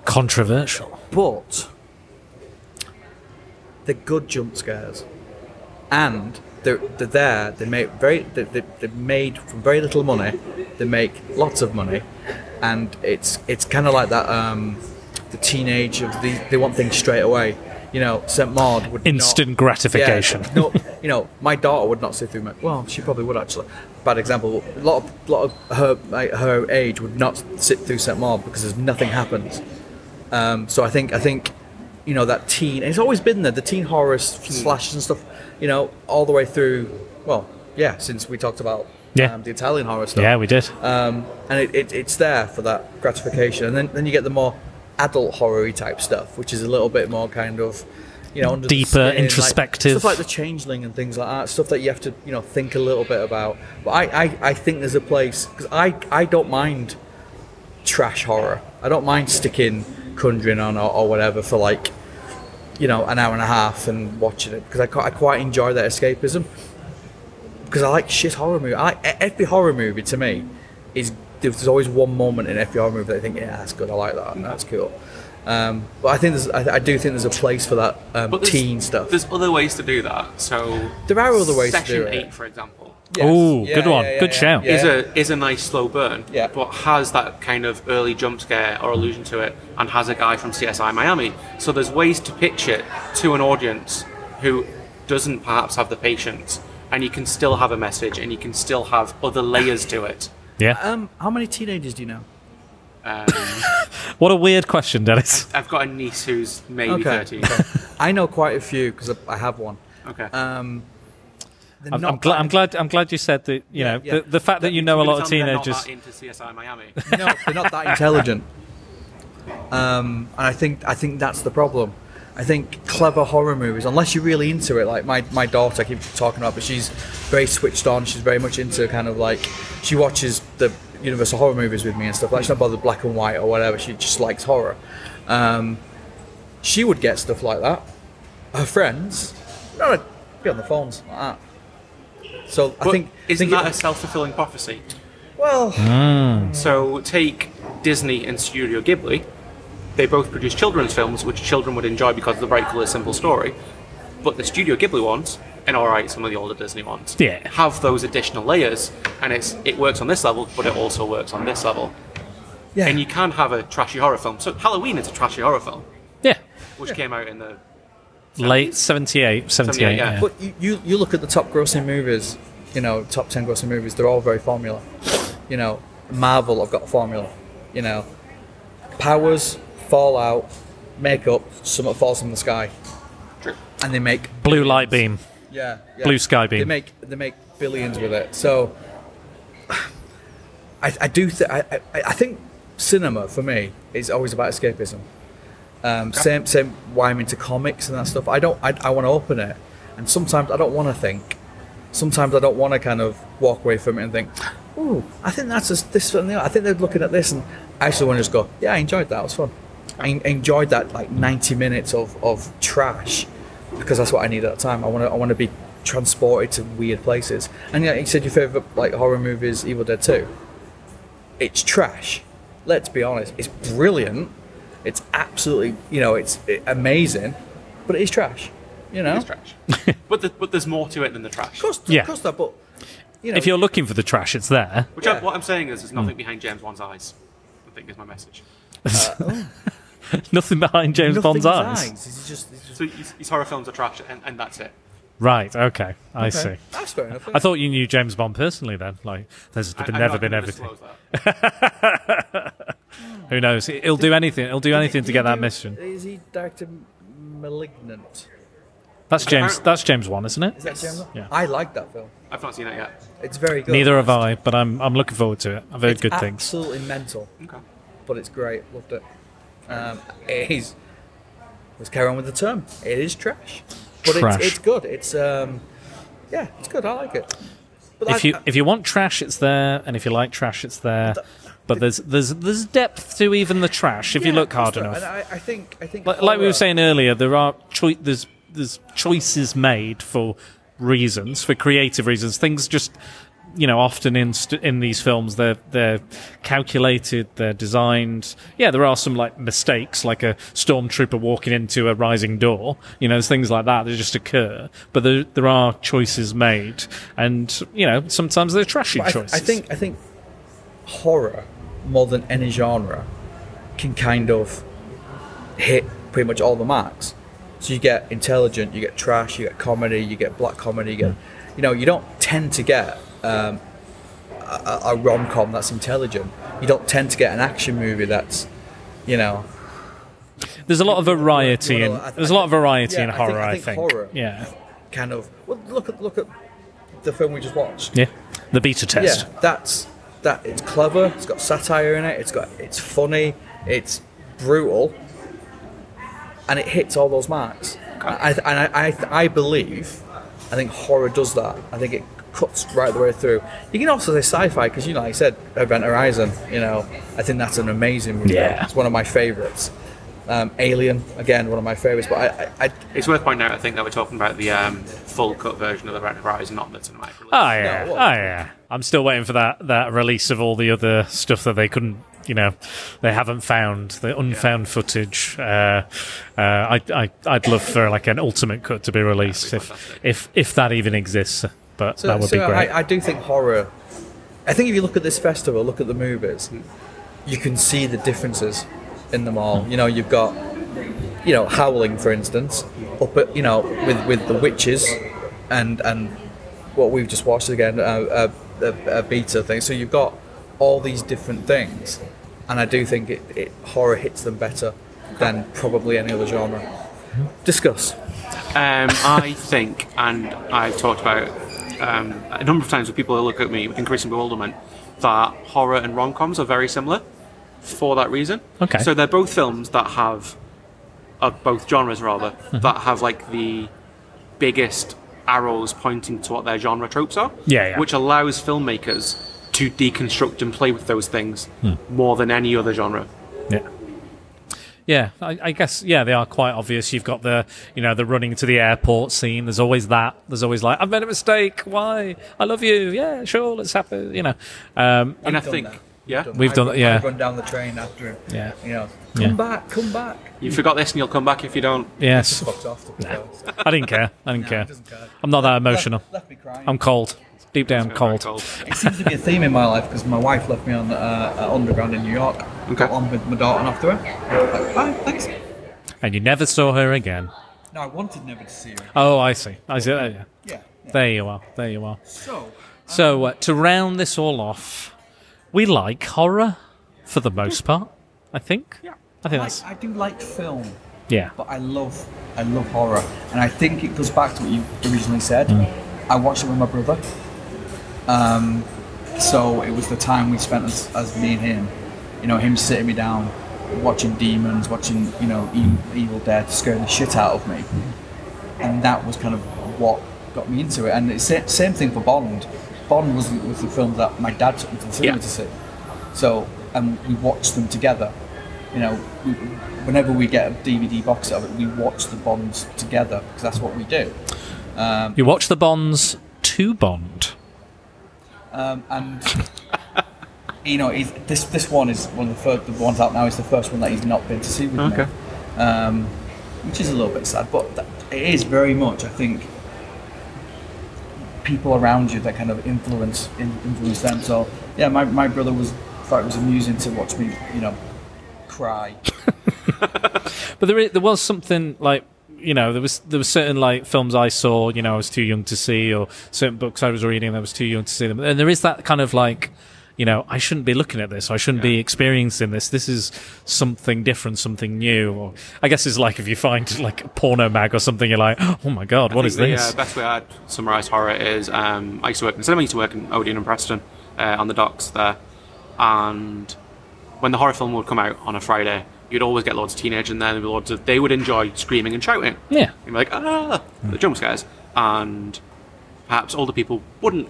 J: Controversial.
H: But they're good jump scares, and they're, they're there. They make very they, they, they're made from very little money. They make lots of money, and it's it's kind of like that um, the teenage of the they want things straight away. You know, St Maud would not-
J: Instant gratification.
H: Yeah, no, you know, my daughter would not sit through. My, well, she probably would actually. Bad example. A lot of lot of her like, her age would not sit through St Maud because there's nothing happens. Um, so I think I think you know that teen. It's always been there. The teen horror s- slash and stuff. You know, all the way through. Well, yeah, since we talked about
J: Yeah.
H: um, the Italian horror stuff.
J: Yeah, we did.
I: Uh,
H: Um, and it, it, it's there for that gratification. And then, then you get the more adult horror type stuff, which is a little bit more kind of, you know, under the
J: Deeper,
H: skin, like-
J: introspective.
H: stuff like the Changeling and things like that. Stuff that you have to, you know, think a little bit about. But I, I, I think there's a place because I, I don't mind trash horror. I don't mind sticking Conjuring on or, or whatever for like, you know, an hour and a half and watching it because I, qui- I quite enjoy that escapism because I like shit horror movie. I like e- every horror movie to me is there's always one moment in every horror movie that I think yeah that's good. I like that. and That's cool. Um, but I think there's, I, I do think there's a place for that um,
I: there's-
H: teen stuff.
I: There's other ways to do that. So
H: There are other ways to
I: Session
H: do it.
I: eight, for example.
H: Yes.
J: Ooh,
H: Yeah,
J: good one.
H: yeah, yeah,
J: good
H: yeah,
J: shout.
H: yeah.
I: is a is a nice slow burn,
H: Yeah.
I: but has that kind of early jump scare or allusion to it, and has a guy from CSI Miami. So there's ways to pitch it to an audience who doesn't perhaps have the patience, and you can still have a message, and you can still have other layers to it.
J: Yeah.
H: Um, how many teenagers do you know?
I: Um,
J: What a weird question, Dennis.
I: I've got a niece who's maybe
H: Okay.
I: 13.
H: I know quite a few because I have one.
I: Okay.
H: Um, they're
J: I'm,
H: not
J: I'm glad. I'm
H: bad.
J: glad. I'm glad you said that. You know,
H: yeah.
J: The, the fact that you know a lot of
I: Tell me they're not
J: teenagers.
I: that into CSI Miami.
H: no, they're not that intelligent. Um, and I think I think that's the problem. I think clever horror movies, unless you're really into it, like my, my daughter, I keep talking about, but she's very switched on. She's very much into kind of like she watches the Universal horror movies with me and stuff. Like she's not bothered black and white or whatever. She just likes horror. Um, she would get stuff like that. Her friends, no, no, be on the phones like that. So I
I: But
H: think I
I: isn't
H: think
I: that a
H: it,
I: self fulfilling prophecy?
H: well.
I: So take Disney and Studio Ghibli. They both produce children's films, which children would enjoy because of the bright colour, simple story. But the Studio Ghibli ones, and alright, some of the older Disney ones,
J: Yeah.
I: have those additional layers, and it's it works on this level, but it also works on this level.
H: Yeah.
I: And you can have a trashy horror film. So Halloween is a trashy horror film,
J: Yeah.
I: which came out in the
J: Late 78, 78.
I: 78,
J: yeah.
I: yeah.
H: But you, you, you look at the top grossing movies, you know, top 10 grossing movies, they're all very formula. You know, Marvel have got a formula. You know, Powers, Fallout, Makeup, Summit Falls from the Sky.
I: True.
H: And they make.
J: Blue light beam.
H: Yeah, yeah.
J: Blue Sky Beam.
H: They make, they make billions with it. So I, I do th- I, I, I think cinema for me is always about escapism. Um, same same why I'm into comics and that stuff. I don't I, I want to open it, and sometimes I don't want to think. Sometimes I don't want to kind of walk away from it and think, "Ooh, I think that's just this and that." I think they're looking at this, and I actually want to just go, "Yeah, I enjoyed that. It was fun. I en- enjoyed that like 90 minutes of, of trash because that's what I need at that time. I want to I want to be transported to weird places." And yeah, you said your favorite like horror movie is Evil Dead 2 it's trash. Let's be honest, it's brilliant. It's absolutely, you know, it's i amazing, but it is trash. You know,
I: it's trash. but the, but there's more to it than the trash.
H: Oh. Of course, of
J: Yeah.
H: course that, but you know,
J: If you're looking for the trash, it's there.
I: Which
H: Yeah.
I: I, what I'm saying is, there's
J: Hmm.
I: nothing behind James Wan's eyes. I think is my message.
J: Nothing behind James
H: nothing
J: Bond's eyes.
H: is It's just, it's just-
I: So these these horror films are trash, and, and that's it.
J: Right. Okay. I see.
H: that's fair enough.
J: I thought you knew James Bond personally. Then, like, there's
I: I- I'm
J: never
I: not
J: been
I: gonna
J: everything.
I: disclose that.
B: Who knows? He'll do anything. He'll do anything to get that mission.
H: Is he director malignant?
B: That's James. That's James one, isn't it?
H: Is that Gemma?
B: Yeah.
H: I like that film.
I: I've not seen it yet.
H: It's very good.
B: Neither have I, but I'm I'm looking forward to it. I've heard
H: It's
B: good things.
H: absolutely mental.
I: Okay.
H: but it's great. Loved it. Um, it is. Let's carry on with the term. It is trash, but
B: Trash.
H: It's, it's good. It's um, yeah, it's good. I like it. But
B: If
H: I,
B: you if you want trash, it's there, and if you like trash, it's there. But there's there's there's depth to even the trash if you
H: yeah,
B: look hard
H: it's-
B: enough.
H: and I, I think I think
B: Like, like we
H: horror-
B: were saying earlier, there are choi- there's there's choices made for reasons, for creative reasons. Things just you know often in st- in these films they're they're calculated, they're designed. Yeah, there are some like mistakes, like a stormtrooper walking into a rising door. You know, there's things like that that just occur. But there there are choices made, and you know sometimes they're trashy
H: I, th-
B: choices.
H: I think I think horror more than any genre can kind of hit pretty much all the marks. So you get intelligent, you get trash, you get comedy, you get black comedy, you get
B: Hmm.
H: you know you don't tend to get um, a, a rom com that's intelligent. You don't tend to get an action movie that's you know
B: there's a lot of variety in
H: Well, I th-
B: there's a lot of variety
H: yeah,
B: in
H: I think-
B: horror.
H: I
B: I
H: think
B: think.
H: horror-
B: Yeah.
H: kind of well, look at look at the film we just watched.
B: Yeah. The beta test.
H: Yeah, that's that. It's clever. It's got satire in it. It's got it's funny. It's brutal, and it hits all those marks. I, and I, I, I believe, I think horror does that. I think it cuts right the way through. You can also say sci-fi because you know, like I said, Event Horizon. You know, I think that's an amazing movie.
B: Yeah.
H: it's one of my favorites. Um, Alien, again, one of my favorites. But I, I, I
I: It's worth pointing out, I think, that we're talking about the um, full cut version of the Red Horizon, not the cinematic release.
J: Ah,
B: Oh yeah,
H: No, it
B: oh
H: wasn't.
B: yeah. I'm still waiting for that that release of all the other stuff that they couldn't, you know, they haven't found the unfound footage. Uh, uh, I, I I'd love for like an ultimate cut to be released
I: be
B: if
I: fantastic.
B: if if that even exists. But
H: So,
B: that would
H: so
B: be great.
H: I, I do think horror. I think if you look at this festival, look at the movies, you can see the differences in them all. You know, you've got, you know, Howling, for instance, up at, you know, with, with the witches and and what we've just watched again, a uh, uh, uh, uh, beta thing. So you've got all these different things, and I do think it, it horror hits them better than probably any other genre. Discuss.
I: Um, I think, and I've talked about um, a number of times with people who look at me with increasing bewilderment, that horror and rom coms are very similar for that reason.
B: Okay.
I: So they're both films that have, of both genres rather,
B: Mm-hmm.
I: that have like the biggest arrows pointing to what their genre tropes are.
B: Yeah, yeah.
I: Which allows filmmakers to deconstruct and play with those things
B: Hmm.
I: more than any other genre.
B: Yeah. Yeah, I, I guess yeah, they are quite obvious. You've got the you know the running to the airport scene. There's always that. There's always like I've made a mistake. Why? I love you. Yeah, sure. Let's happen. You know. Um,
I: and I
H: done
I: think,
H: that.
I: yeah,
B: We've
H: I
B: done
H: run-
B: that, yeah.
H: I run down the train after him.
B: Yeah.
H: You know, come
B: Yeah.
H: back, come back.
I: you forgot this and you'll come back if you don't.
B: yes,
H: Fucked off. To be honest.
B: I didn't care. I didn't care. I'm not that emotional.
H: Left, left me crying.
B: I'm cold. Deep down,
I: Very
B: cold.
H: it seems to be a theme in my life because my wife left me on uh, at underground in New York.
I: Okay.
H: Got on with my daughter and after her. Like, Bye, thanks.
B: And you never saw her again.
H: No, I wanted never to see her.
B: Oh, I see. I see. Oh, yeah.
H: Yeah. yeah.
B: There you are. There you are.
H: So,
B: So, uh, to round this all off, we like horror for the most part, I think. Yeah. I think
H: I,
B: that's.
H: I do like film,
B: Yeah.
H: but I love I love horror, and I think it goes back to what you originally said. I watched it with my brother. Um, so it was the time we spent as, as me and him, you know, him sitting me down, watching demons, watching, you know, Evil, Evil Dead, scaring the shit out of me. And that was kind of what got me into it. And it's sa- same thing for Bond. Bond was, was the film that my dad took me to the cinema
I: Yeah.
H: to see. So, and we watched them together. You know, we, whenever we get a DVD box set of it, we watch the Bonds together because that's what we do.
B: You watch the Bonds to Bond.
H: Um, and you know, he's, this this one is one of the first the ones out now. Is the first one that he's not been to see with me,
I: Okay.
H: um, which is a little bit sad. But that, it is very much, I think, people around you that kind of influence in, influence them. So yeah, my, my brother was thought it was amusing to watch me, you know, cry.
B: But there, i- there was something like you know there was there were certain like films I saw you know I was too young to see or certain books I was reading that I was too young to see them and there is that kind of like
J: you know, I shouldn't be looking at this. I shouldn't be experiencing this. This is something different, something new. Or I guess it's like if you find like a porno mag or something, you're like, oh my god, what
I: I
J: is
I: think
J: this?
I: The uh, best way I'd summarise horror is um, I used to work in cinema, I used to work in Odeon and Preston uh, on the docks there. And when the horror film would come out on a Friday, you'd always get loads of teenagers in there. And there'd be loads of, they would enjoy screaming and shouting.
J: Yeah.
I: You'd be like, ah, the jump scares. And perhaps older people wouldn't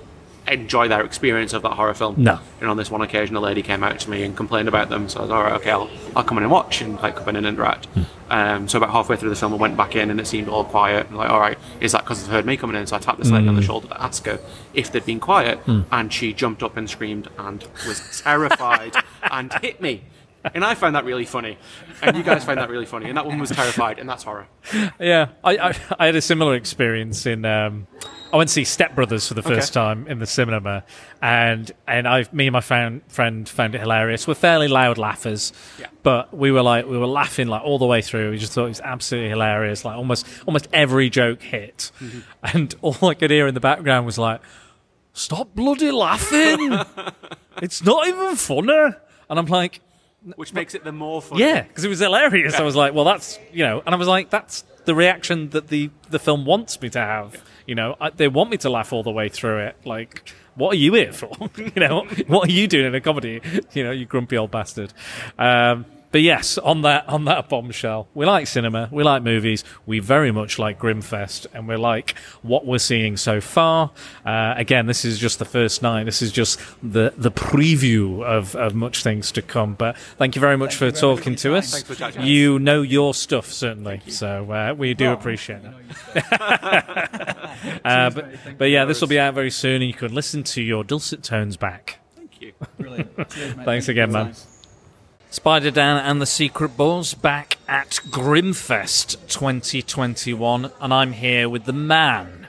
I: enjoy their experience of that horror film.
J: No.
I: And on this one occasion, a lady came out to me and complained about them. So I was all right, okay, I'll, I'll come in and watch and like come in and interact. Um, so about halfway through the film, I went back in and it seemed all quiet. And like, all right, is that because they've heard me coming in? So I tapped this lady on the shoulder to ask her if they'd been quiet, and she jumped up and screamed and was terrified and hit me. And I found that really funny, and you guys found that really funny, and that woman was terrified, and that's horror.
J: Yeah, I, I I had a similar experience in. Um, I went to see Step Brothers for the first time in the cinema, and and I, me and my friend friend found it hilarious. We're fairly loud laughers,
I: Yeah.
J: but we were like we were laughing like all the way through. We just thought it was absolutely hilarious. Like almost almost every joke hit, and all I could hear in the background was like, "Stop bloody laughing! it's not even funny." And I'm like,
I: Which makes it the more funny.
J: yeah, because it was hilarious. I was like, well, that's you know, and I was like, that's the reaction that the the film wants me to have. You know, I, they want me to laugh all the way through it. Like, what are you here for? you know, what are you doing in a comedy? You know, you grumpy old bastard. Um, but yes, on that on that bombshell, we like cinema, we like movies, we very much like Grimfest, and we like what we're seeing so far. Uh, again, this is just the first night. This is just the the preview of, of much things to come. But thank you very much for talking to us.
I: Thanks for chatting.
J: You know your stuff certainly, so uh, we do appreciate that. Uh, but, but yeah, this will be out very soon, and you can listen to your dulcet tones back.
I: Thank you.
H: Brilliant. Cheers, mate.
J: Thanks
H: Thank you
J: again,
H: for your
J: man.
H: time.
B: Spider Dan and the Secret Balls back at Grimfest 2021, and I'm here with the man,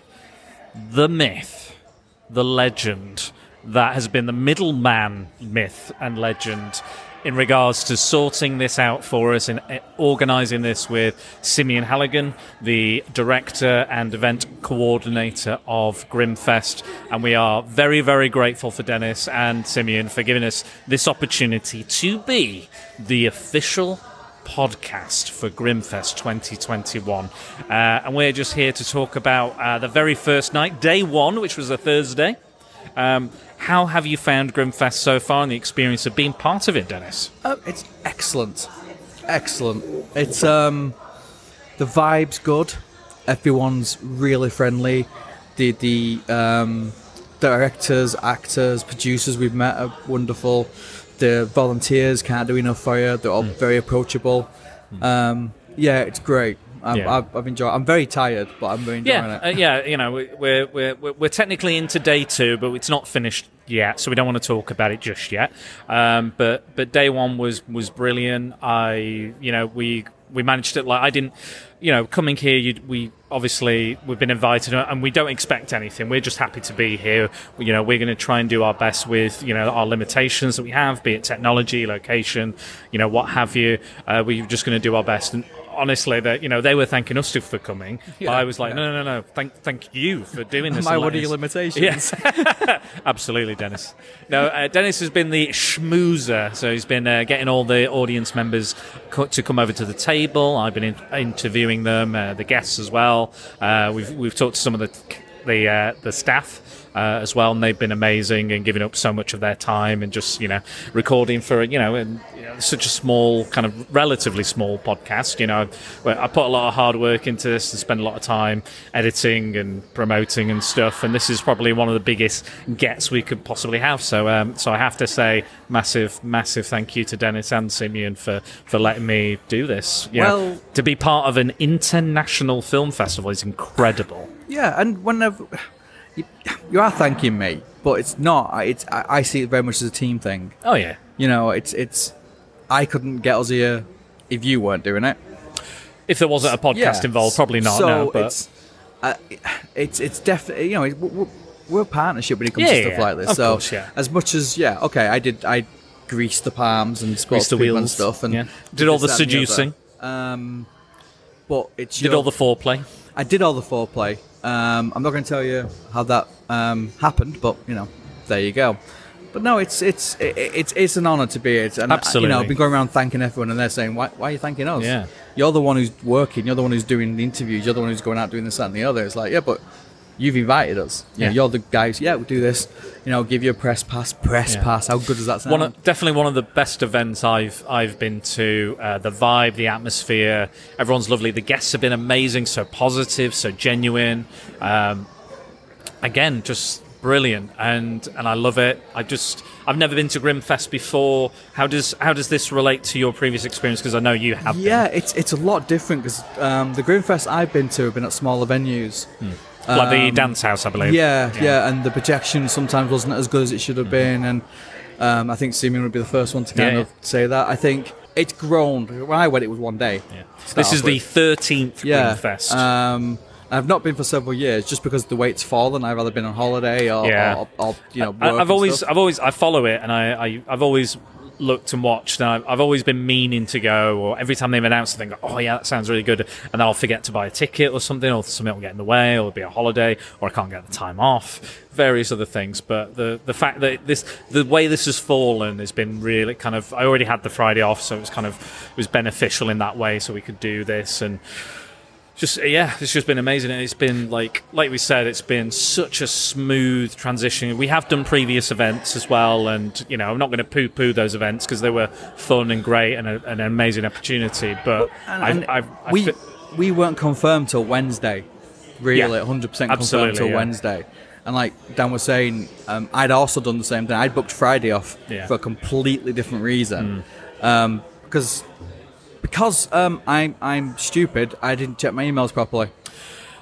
B: the myth, the legend that has been the middleman myth and legend in regards to sorting this out for us and uh, organizing this with Simeon Halligan, the director and event coordinator of Grimfest. And we are very, very grateful for Dennis and Simeon for giving us this opportunity to be the official podcast for Grimfest 2021. Uh, and we're just here to talk about uh, the very first night, day one, which was a Thursday. Um, how have you found Grimfest so far and the experience of being part of it, Dennis?
H: Um, it's excellent, excellent. It's um, the vibes good. Everyone's really friendly. The the um, directors, actors, producers we've met are wonderful. The volunteers can't do enough for you. They're all
B: Hmm.
H: very approachable. Um, yeah, it's great. I've,
J: Yeah.
H: I've, I've enjoyed. I'm very tired, but I'm very enjoying
B: Yeah,
H: it.
B: uh, yeah. You know, we- we're we're we're we're technically into day two, but it's not finished yet, so we don't want to talk about it just yet. Um, but but day one was was brilliant. I you know we we managed it. Like I didn't, you know, coming here, you we obviously we've been invited and we don't expect anything. We're just happy to be here. You know, we're going to try and do our best with you know our limitations that we have, be it technology, location, you know, what have you. Uh, we're just going to do our best and. Honestly, that you know, they were thanking us for coming. but I was like, no, no, no, no. Thank, thank you for doing this.
H: My
B: and
H: what are
B: letting
H: your
B: us-
H: limitations?
B: Yes, absolutely, Dennis. No, uh, Dennis has been the schmoozer, so he's been uh, getting all the audience members co- to come over to the table. I've been in- interviewing them, uh, the guests as well. Uh, we've we've talked to some of the the uh, the staff. Uh, as well, and they've been amazing and giving up so much of their time and just you know recording for you know and you know, such a small kind of relatively small podcast. You know, where I put a lot of hard work into this and spend a lot of time editing and promoting and stuff. And this is probably one of the biggest gets we could possibly have. So, um, so I have to say, massive, massive thank you to Dennis and Simeon for for letting me do this. You know,
H: Well-
B: to be part of an international film festival is incredible.
H: Yeah, and whenever you, you are thanking me, but it's not. I- It's I, I see it very much as a team thing.
B: Oh yeah.
H: You know, it's it's I couldn't get us here if you weren't doing it.
B: If there wasn't a podcast involved, probably not.
H: So
B: no, but
H: it's uh, it's it's definitely you know it, we're, we're a partnership when it comes
B: Yeah,
H: to
B: yeah,
H: stuff like this.
B: of
H: so
B: course, yeah.
H: as much as yeah, okay, I did I greased the palms and spoke
B: Greased
H: to
B: the
H: people and
B: wheels,
H: stuff and
B: yeah. Did all
H: this,
B: the
H: that, and other.
B: seducing.
H: Um, but it's
B: did
H: your-
B: all the foreplay.
H: I did all the foreplay. Um, I'm not going to tell you how that um, happened, but you know, there you go. But no, it's it's i- i- it's it's an honour to be here. And Absolutely. You know,
J: Absolutely.
H: I've been going around thanking everyone, and they're saying, "Why, why are you thanking us?
J: Yeah.
H: You're the one who's working. You're the one who's doing the interviews. You're the one who's going out doing this that, and the other." It's like, yeah, but you've invited us. You know,
J: Yeah.
H: you're the guys. Yeah, we'll do this. You know, give you a press pass, press
J: Yeah.
H: pass. How good does that sound?
B: One of, definitely one of the best events I've I've been to. Uh, the vibe, the atmosphere, everyone's lovely. The guests have been amazing, so positive, so genuine. Um, again, just brilliant, and and I love it. I just I've never been to Grimfest before. How does how does this relate to your previous experience? Because I know you have. been.
H: yeah, it's it's a lot different because um, the Grimfest I've been to have been at smaller venues.
J: Hmm.
B: like the
H: Um,
B: dance house, I believe.
H: Yeah, yeah, and the projection sometimes wasn't as good as it should have been, and um, I think Simon would be the first one to kind
B: Mm-hmm. Yeah,
H: of say that. I think it's grown. When I went, it was one day. Yeah.
B: This is the thirteenth
H: yeah.
B: Grimfest.
H: Um, I've not been for several years just because the weight's fallen. I've either been on holiday or,
B: Yeah.
H: or, or, you know. Work
B: I, I've
H: and
B: always,
H: stuff.
B: I've always, I follow it, and I, I I've always looked and watched, and I've, I've always been meaning to go. Or every time they've announced something, oh yeah, that sounds really good, and then I'll forget to buy a ticket or something, or something will get in the way, or it'll be a holiday, or I can't get the time off, various other things. But the the fact that this, the way this has fallen, has been really kind of. I already had the Friday off, so it was kind of it was beneficial in that way, so we could do this and just yeah, it's just been amazing. and It's been like like we said, it's been such a smooth transition. We have done previous events as well, and you know I'm not going to poo poo those events because they were fun and great and a, an amazing opportunity. But
H: And-
B: I've,
H: and
B: I've, I
H: we
B: fe-
H: we weren't confirmed till Wednesday, really,
B: Yeah.
H: hundred percent confirmed
B: Absolutely,
H: till
B: yeah.
H: Wednesday. And like Dan was saying, um, I'd also done the same thing. I'd booked Friday off
B: Yeah. Mm.
H: for a completely different reason, Um, because because um, I'm I'm stupid. I didn't check my emails properly.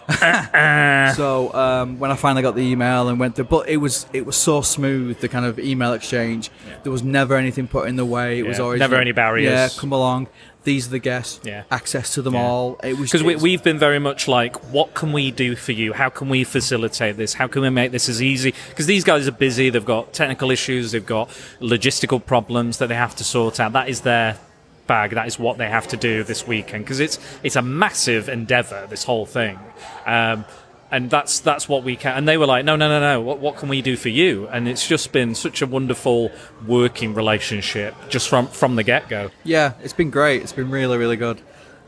B: Uh,
H: so um, when I finally got the email and went through, but it was it was so smooth the kind of email exchange. There was never anything put in the way. It was
B: Yeah.
H: always
B: Never any
H: Yeah,
B: barriers.
H: come along. These are the guests.
B: Yeah.
H: Access to them all. It was
B: because we,
H: it's-
B: we've been very much like, what can we do for you? How can we facilitate this? How can we make this as easy? Because these guys are busy. They've got technical issues. They've got logistical problems that they have to sort out. That is their bag. That is what they have to do this weekend. Because it's it's a massive endeavor. This whole thing. Um, and that's that's what we can. And they were like, no, no, no, no. What what can we do for you? And it's just been such a wonderful working relationship just from from the get go.
H: yeah, it's been great. It's been really really good.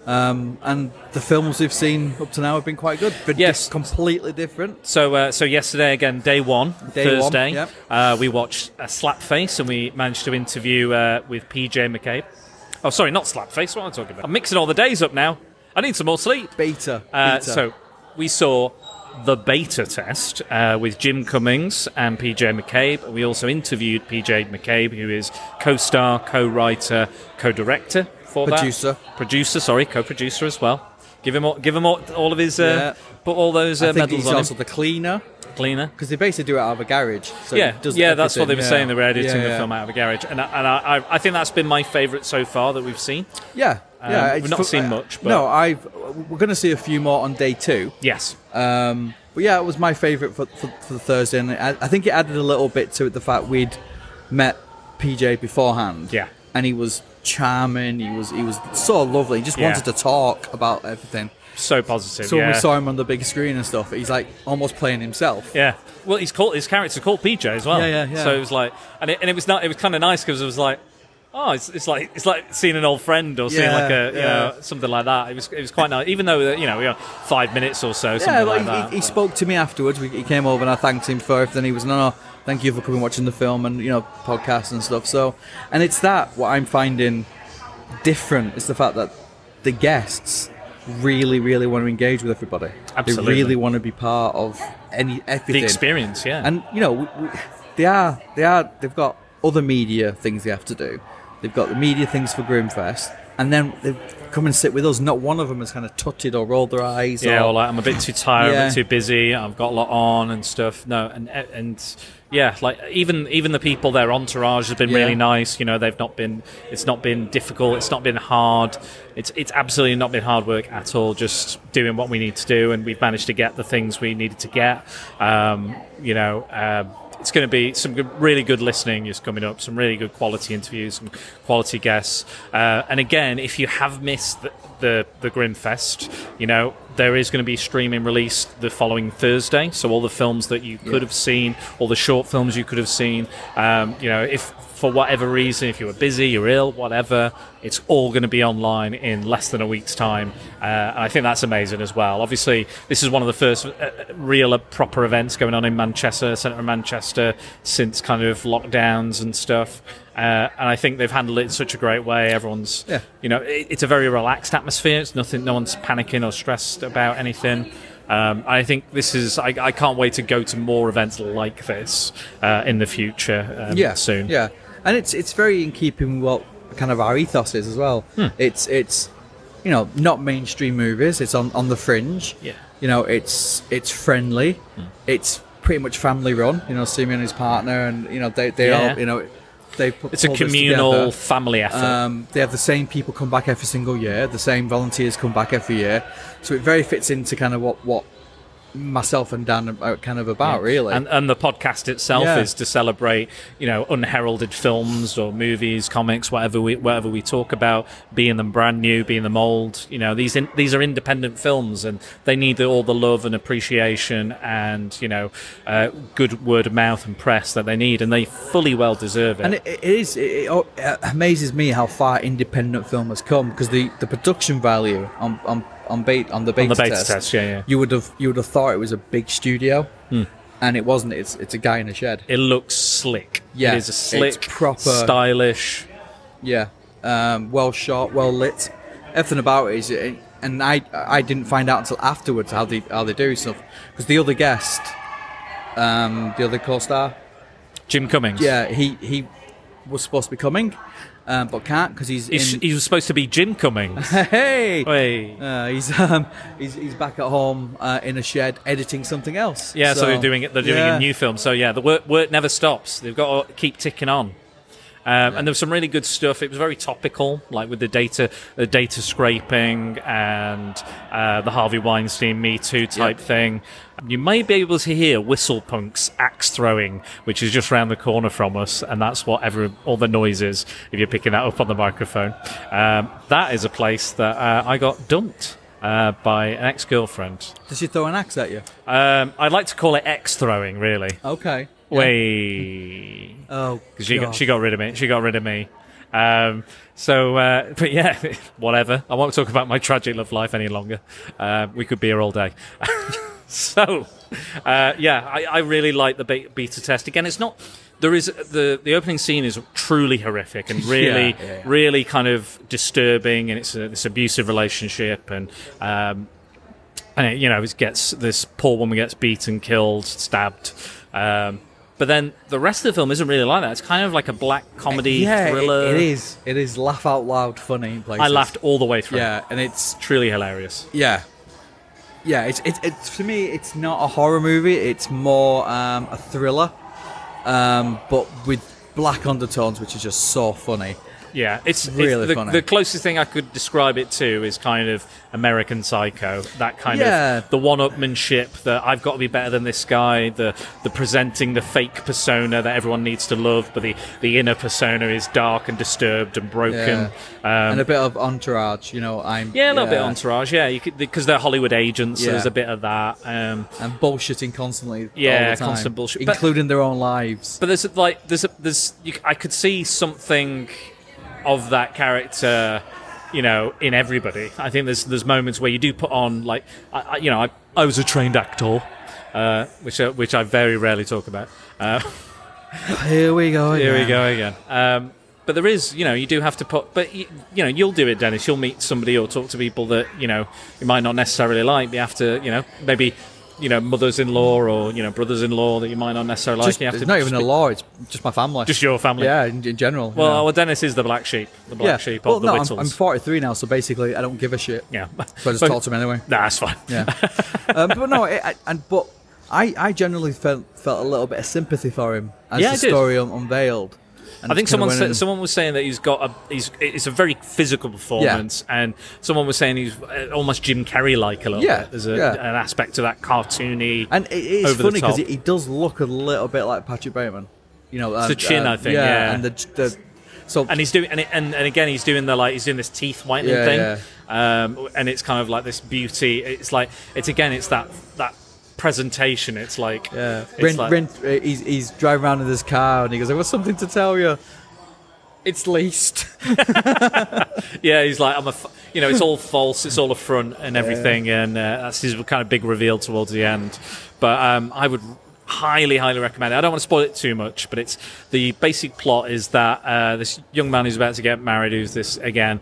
H: Um, and the films we've seen up to now have been quite good. But
B: Yes.
H: yes, completely different.
B: So, uh, so yesterday again, day one,
H: Day one,
B: Thursday,
H: yep.
B: uh, we watched uh, Slapface, and we managed to interview uh, with PJ McCabe. Oh, sorry, not Slapface. What am I talking about? I'm mixing all the days up now. I need some more sleep.
H: Beta.
B: Uh,
H: beta.
B: so, we saw the beta test uh, with Jim Cummings and PJ McCabe. We also interviewed PJ McCabe, who is co-star, co-writer, co-director for that.
H: Producer.
B: producer. Sorry, co-producer as well. Give him all, give him all, all of his. Uh,
H: Yeah.
B: Put all those
H: I
B: uh,
H: think
B: medals
H: he's
B: on him.
H: also the cleaner
B: Cleaner.
H: because they basically do it out of a garage. So
B: yeah,
H: he does
B: yeah, that's what they
H: everything,
B: were saying. They were editing
H: Yeah,
B: the
H: yeah.
B: film out of a garage, and I, and I, I, I think that's been my favourite so far that we've seen.
H: Yeah, yeah.
B: Um, we've
H: it's
B: not
H: fu-
B: seen
H: I-
B: much, but-
H: no, I've we're going to see a few more on day two.
B: Yes,
H: Um, but yeah, it was my favourite for, for, for the Thursday, and I, I think it added a little bit to it the fact we'd met PJ beforehand.
B: Yeah.
H: and he was charming. He was he was so lovely. He just
B: Yeah.
H: wanted to talk about everything.
B: so positive.
H: So
B: yeah.
H: when we saw him on the big screen and stuff, he's like almost playing himself.
B: Yeah. Well, he's called his character called PJ as well.
H: Yeah, yeah, yeah.
B: So it was like, and it, and it was not. It was kind of nice because it was like, oh, it's, it's like it's like seeing an old friend or seeing
H: Yeah,
B: like a you
H: yeah.
B: know something like that. It was it was quite nice, even though uh, you know we were five minutes or so.
H: Yeah,
B: something
H: well,
B: like
H: he,
B: that.
H: he, he spoke to me afterwards. We, he came over and I thanked him for everything. He was, no, no, thank you for coming watching the film and, you know, podcasts and stuff. So, and it's that what I'm finding different is the fact that the guests really, really want to engage with everybody.
B: Absolutely.
H: They really want to be part of any everything.
B: the experience, yeah.
H: And, you know, we, we, they are, they are, they've got other media things they have to do. They've got the media things for Grimfest. And then they come and sit with us. Not one of them has kind of tutted or rolled their eyes.
B: yeah,
H: or,
B: or like I'm a bit too tired, I'm a
H: Yeah.
B: bit too busy, I've got a lot on and stuff. No, and and yeah, like even even the people their entourage has been
H: Yeah.
B: really nice. You know, they've not been it's not been difficult, it's not been hard. It's it's absolutely not been hard work at all. Just doing what we need to do, and we've managed to get the things we needed to get. Um, you know. Um, it's going to be some good, really good listening is coming up, some really good quality interviews, some quality guests. Uh, and again, if you have missed the, the the Grimfest, you know, there is going to be streaming released the following Thursday. So all the films that you could have seen, all the short films you could have seen, um, you know, if for whatever reason, if you were busy, you're ill, whatever, it's all going to be online in less than a week's time. Uh, and I think that's amazing as well. Obviously, this is one of the first uh, real uh, proper events going on in Manchester, centre of Manchester, since kind of lockdowns and stuff. Uh, and I think they've handled it in such a great way. Everyone's,
H: Yeah.
B: you know, it, it's a very relaxed atmosphere. It's nothing, no one's panicking or stressed about anything. Um, I think this is, I, I can't wait to go to more events like this uh, in the future um,
H: yeah,
B: soon.
H: Yeah, and it's it's very in keeping with what kind of our ethos is as well.
B: Hmm.
H: It's it's you know not mainstream movies. It's on on the fringe.
B: Yeah. Hmm.
H: you know it's it's friendly. It's pretty much family run. You know, Simeon and his partner, and you know they they
B: Yeah.
H: all you know they put
B: It's a
H: pull this
B: communal
H: together.
B: family effort.
H: Um, they have the same people come back every single year. The same volunteers come back every year. So it very fits into kind of what what myself and Dan are kind of about really.
B: and, and the podcast itself
H: Yeah.
B: is to celebrate, you know, unheralded films or movies, comics, whatever we whatever we talk about, being them brand new, being them old. You know, these in, these are independent films, and they need the, all the love and appreciation, and you know, uh, good word of mouth and press that they need, and they fully well deserve it.
H: And it, it is. It, it al- it amazes me how far independent film has come because the, the production value on on on, bait, on the beta,
B: the beta test, yeah, Hmm. yeah.
H: You would have you would have thought it was a big studio, and it wasn't. It's it's a guy in a shed.
B: It looks slick.
H: Yeah,
B: it is a
H: it's
B: slick,
H: proper-
B: stylish.
H: Yeah, um, well shot, well lit. Everything about it is. It, and I I didn't find out until afterwards how they how they do stuff because the other guest, um, the other co-star,
B: Jim Cummings.
H: yeah, he he was supposed to be coming, um, but can't because he's,
B: He's-
H: in.
B: he was supposed to be Jim Cummings.
H: hey.
B: Hey.
H: Uh, he's um he's, he's back at home uh, in a shed editing something else.
B: Yeah, so, they're doing it. They're doing
H: yeah.
B: a new film. So yeah, the work work never stops. They've got to keep ticking on. Um, And there was some really good stuff. It was very topical, like with the data, the data scraping, and uh, the Harvey Weinstein Me Too type thing. You may be able to hear Whistlepunk's axe throwing, which is just round the corner from us, and that's what every all the noise is if you're picking that up on the microphone. Um, that is a place that uh, I got dumped uh, by an ex-girlfriend.
H: Does she throw an axe at you?
B: Um, I'd like to call it X throwing, really.
H: Okay.
B: Way,
H: Oh,
B: because she got,
H: God.
B: she got rid of me. She got rid of me. Um, so, uh, but yeah, whatever. I won't talk about my tragic love life any longer. Uh, we could be here all day. so, uh, yeah, I, I really like the be- beta test. Again, it's not. There is the the opening scene is truly horrific and really,
H: yeah, yeah.
B: really kind of disturbing, and it's a, this abusive relationship and. Um, and it, you know it gets this poor woman gets beaten, killed, stabbed. Um, but then the rest of the film isn't really like that. It's kind of like a black comedy
H: yeah, it-
B: thriller.
H: it is. It is laugh out loud funny. In places.
B: I laughed all the way through.
H: Yeah, and it's
B: truly hilarious.
H: yeah, yeah. It's it's, it's for me. It's not a horror movie. It's more um, a thriller, um, but with black undertones, which is just so funny.
B: Yeah, it's it's
H: Really
B: the,
H: funny.
B: the closest thing I could describe it to is kind of American Psycho. That kind
H: Yeah.
B: of the one-upmanship that I've got to be better than this guy. The the presenting the fake persona that everyone needs to love, but the the inner persona is dark and disturbed and broken. Um,
H: and a bit of entourage. You know, I'm
B: Yeah, a little bit entourage. Yeah, because they're Hollywood agents. So
H: Yeah.
B: there's a bit of that. Um,
H: and bullshitting constantly. all
B: Yeah,
H: the time,
B: constant bullshit. But-
H: including their own lives.
B: but there's like there's a, there's you, c- I could see something of that character, you know, in everybody. I think there's there's moments where you do put on like I, I, you know I, I was a trained actor, uh, which uh, which I very rarely talk about. Uh,
H: Here we go.
B: Here we
H: again.
B: go again. Um, but there is, you know, you do have to put, but you, you know, you'll do it, Dennis. You'll meet somebody or talk to people that you know you might not necessarily like. But you have to, you know, maybe, you know, mothers-in-law or you know, brothers-in-law that you might not necessarily
H: Just-
B: like. You have
H: it's
B: to
H: not even a
B: speak-
H: law. It's just my family.
B: Just your family.
H: Yeah, in, in general.
B: Well,
H: yeah.
B: well, Dennis is the black sheep, the black
H: yeah.
B: sheep
H: well,
B: of the
H: no,
B: Whittles.
H: I'm, I'm 43 now, so basically I don't give a shit.
B: yeah,
H: So I just talk to him anyway.
B: Nah, that's fine.
H: Yeah. um, but no, it, I, and but I, I generally felt felt a little bit of sympathy for him as
B: Yeah, I
H: the
B: did.
H: story un- unveiled. And
B: I think
H: it's kinda
B: someone
H: went in-
B: said, someone was saying that he's got a he's it's a very physical performance, and someone was saying he's uh, almost Jim Carrey like a little
H: Yeah,
B: bit. There's a,
H: yeah.
B: an aspect to that cartoony
H: and it is
B: over the
H: funny because he,
B: top.
H: he does look a little bit like Patrick Bateman. You know, and, uh,
B: the chin, I think, yeah.
H: and the, the so
B: and he's doing and, it- and and again he's doing the like he's doing this teeth whitening
H: Yeah,
B: thing
H: yeah.
B: um, and it's kind of like this beauty. It's like it's again, it's that that presentation. It's like
H: Yeah.
B: it's
H: Ren,
B: like-
H: Ren, uh, he's, he's driving around in his car and he goes, I've got something to tell you. It's laced.
B: yeah, he's like I'm a, f- you know, it's all false, it's all a front and everything, and uh, that's his kind of big reveal towards the end. But um, I would highly, highly recommend it. I don't want to spoil it too much, but it's the basic plot is that uh, this young man who's about to get married, who's this again,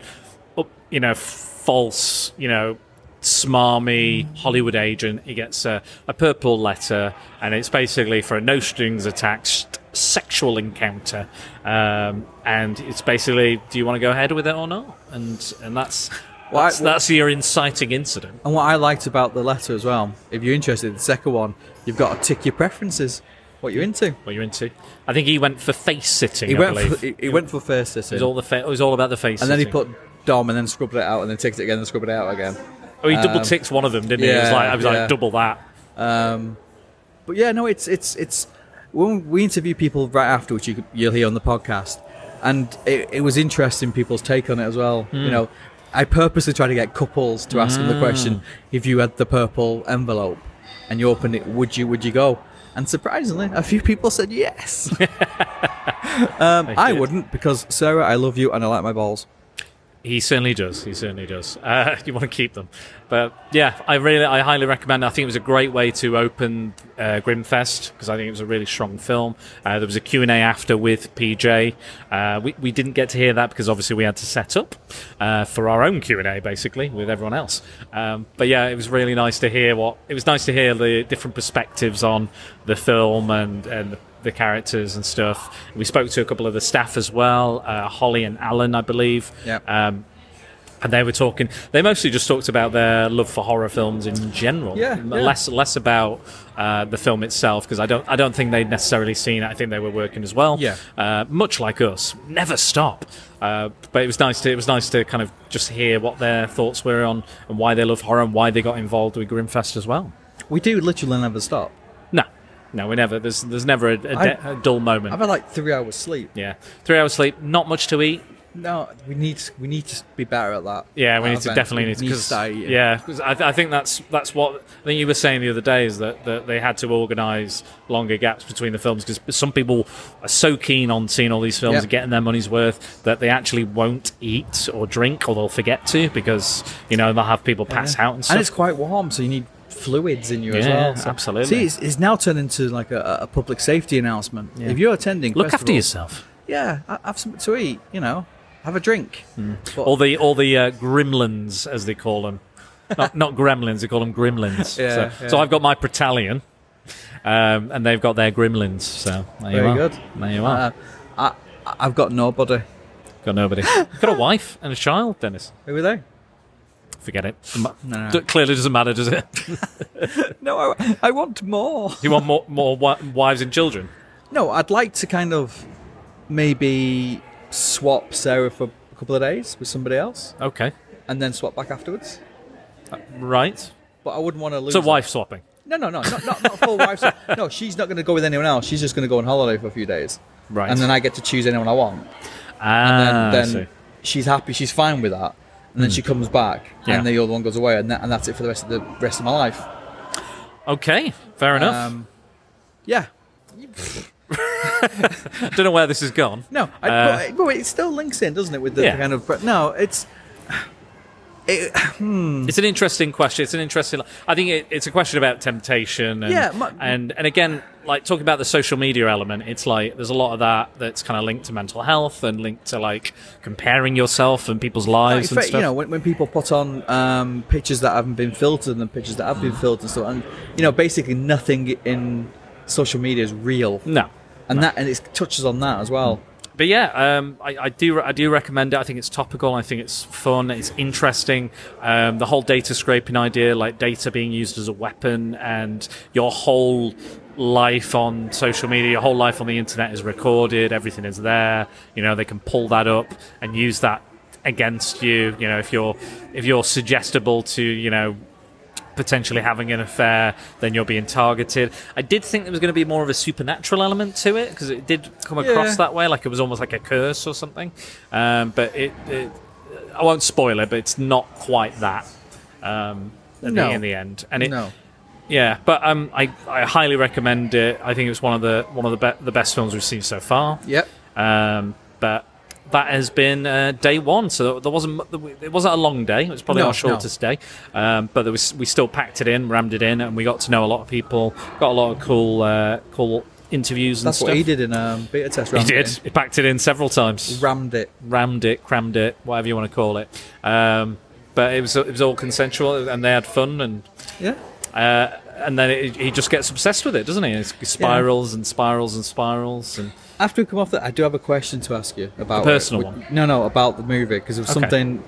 B: up- you know, false, you know, smarmy Hollywood agent. He gets a, a purple letter, and it's basically for a no strings attached sexual encounter. Um, and it's basically, do you want to go ahead with it or not? And and that's
H: Well, I-
B: that's, that's your inciting incident.
H: And what I liked about the letter as well, if you're interested, the second one, you've got to tick your preferences, what you're into.
B: What you're into? I think he went for face sitting.
H: He
B: I
H: went
B: believe.
H: for, he, he went for first this
B: it was all the fa- it was all about the face.
H: and then he
B: sitting.
H: put Dom and then scrubbed it out and then ticked it again and scrubbed it out again.
B: Oh, he double ticks one of them, didn't he? It was
H: um, yeah,
B: like I was
H: yeah.
B: like double that.
H: But yeah, no, it's it's it's when we interview people right after, which you, could- you'll hear on the podcast, and it, it was interesting people's take on it as well.
B: Hmm.
H: You know, I purposely tried to get couples to ask them the
B: Hmm.
H: question: if you had the purple envelope and you opened it, would you would you go? And surprisingly, a few people said yes. um, I wouldn't because Sarah, I love you and I like my balls.
B: He certainly does. He certainly does. Uh, you want to keep them, but yeah, I really, I highly recommend. it. I think it was a great way to open uh, Grimfest because I think it was a really strong film. Uh, there was a Q and A after with PJ. Uh, we we didn't get to hear that because obviously we had to set up uh, for our own Q and A basically with everyone else. Um, but yeah, it was really nice to hear what it was nice to hear the different perspectives on the film and and. The, the characters and stuff. We spoke to a couple of the staff as well, uh, Holly and Alan, I believe.
H: Yep.
B: Um, and they were talking. They mostly just talked about their love for horror films in general.
H: Yeah,
B: M-
H: yeah.
B: Less less about uh, the film itself because I don't I don't think they'd necessarily seen it. I think they were working as well.
H: Yeah.
B: Uh, much like us, never stop. Uh, but it was nice to it was nice to kind of just hear what their thoughts were on and why they love horror and why they got involved with Grimfest as well.
H: We do literally never stop.
B: No, no, we never. There's there's never a, a, de-
H: I-
B: a dull moment.
H: I've had like three hours sleep.
B: yeah, three hours sleep, not much to eat,
H: No, we need we need to be better at that.
B: Yeah, we
H: At
B: need to
H: events.
B: definitely
H: We
B: need to.
H: to
B: 'cause-
H: start eating.
B: yeah, 'cause I, th- I think that's that's what I think you were saying the other day is that, that they had to organise longer gaps between the films because some people are so keen on seeing all these films
H: Yep.
B: and getting their money's worth that they actually won't eat or drink or they'll forget to because you know they'll have people pass out and stuff.
H: And it's quite warm, so you need fluids in you as
B: Yeah,
H: well. So-
B: absolutely.
H: See, it's, it's now turned into like a, a public safety announcement. If you're attending,
B: Look after
H: festivals,
B: yourself.
H: Yeah, ha- have something to eat. You know, have a drink. But-
B: All the all the uh, gremlins as they call them, not, not gremlins, they call them gremlins.
H: Yeah,
B: so, so
H: yeah.
B: I've got my Pretalion. Um, and they've got their gremlins, so there you
H: Very
B: are.
H: good.
B: There you are.
H: uh, I, I've got nobody.
B: Got nobody. You've got a wife and a child, Dennis.
H: Who are they?
B: Forget it. Doesn't ma-
H: No.
B: d- Clearly doesn't matter, does it?
H: No, I, I want more.
B: You want more, more wi- wives and children?
H: No, I'd like to kind of maybe swap Sarah for a couple of days with somebody else,
B: Okay.
H: and then swap back afterwards.
B: Right.
H: But I wouldn't want to lose.
B: So
H: her.
B: wife swapping.
H: No, no, no, not, not, not full wife. No, she's not going to go with anyone else. She's just going to go on holiday for a few days.
B: Right.
H: And then I get to choose anyone I want. And
B: Ah, I
H: then,
B: see. Hmm.
H: then she's happy. She's fine with that. And then she comes back,
B: Yeah.
H: and the other one goes away, and, that, and that's it for the rest of the rest of my life.
B: Okay, fair enough.
H: Um, yeah.
B: I Don't know where this has gone.
H: No, I,
B: Uh,
H: but, but it still links in, doesn't it, with the
B: Yeah.
H: kind of. But no, it's. It,
B: It's an interesting question. It's an interesting. I think it, it's a question about temptation. And,
H: Yeah, mu-
B: and and again, like talking about the social media element, it's like there's a lot of that that's kind of linked to mental health and linked to like comparing yourself and people's lives
H: Like,
B: and
H: fa-
B: stuff.
H: You know, when, when people put on um, pictures that haven't been filtered and then pictures that have been filtered and stuff, and you know, basically nothing in social media is real.
B: Mm. no,
H: And that and it touches on that as well.
B: but yeah, um, I, I do I do recommend it. I think it's topical. I think it's fun. It's interesting. Um, the whole data scraping idea, like data being used as a weapon, and your whole life on social media, your whole life on the internet is recorded. Everything is there. You know, they can pull that up and use that against you. You know, if you're if you're suggestible to you know potentially having an affair, then you're being targeted. I did think there was going to be more of a supernatural element to it because it did come across
H: Yeah.
B: that way, like it was almost like a curse or something. Um, but it, it, I won't spoil it, but it's not quite that. Um, in,
H: No.
B: the, in the end, and it,
H: No.
B: yeah, but um, I, I highly recommend it. I think it was one of the one of the be- the best films we've seen so far.
H: Yep.
B: Um, but that has been uh, day one, so there wasn't mu- it wasn't a long day. It was probably
H: No,
B: our shortest day, um, but there was, we still packed it in, rammed it in, and we got to know a lot of people. Got a lot of cool uh, cool interviews and
H: That's
B: stuff.
H: what he did in um, beta test.
B: He
H: Rammed
B: did.
H: It
B: He packed it in several times
H: in. Rammed it.
B: rammed it, crammed it, whatever you want to call it. Um, but it was it was all consensual, and they had fun, and
H: Yeah.
B: uh, and then it, he just gets obsessed with it, doesn't he? It spirals and spirals and spirals, and
H: After we come off that, I do have a question to ask you about
B: A personal
H: it.
B: one?
H: No, no, about the movie because of
B: Okay.
H: something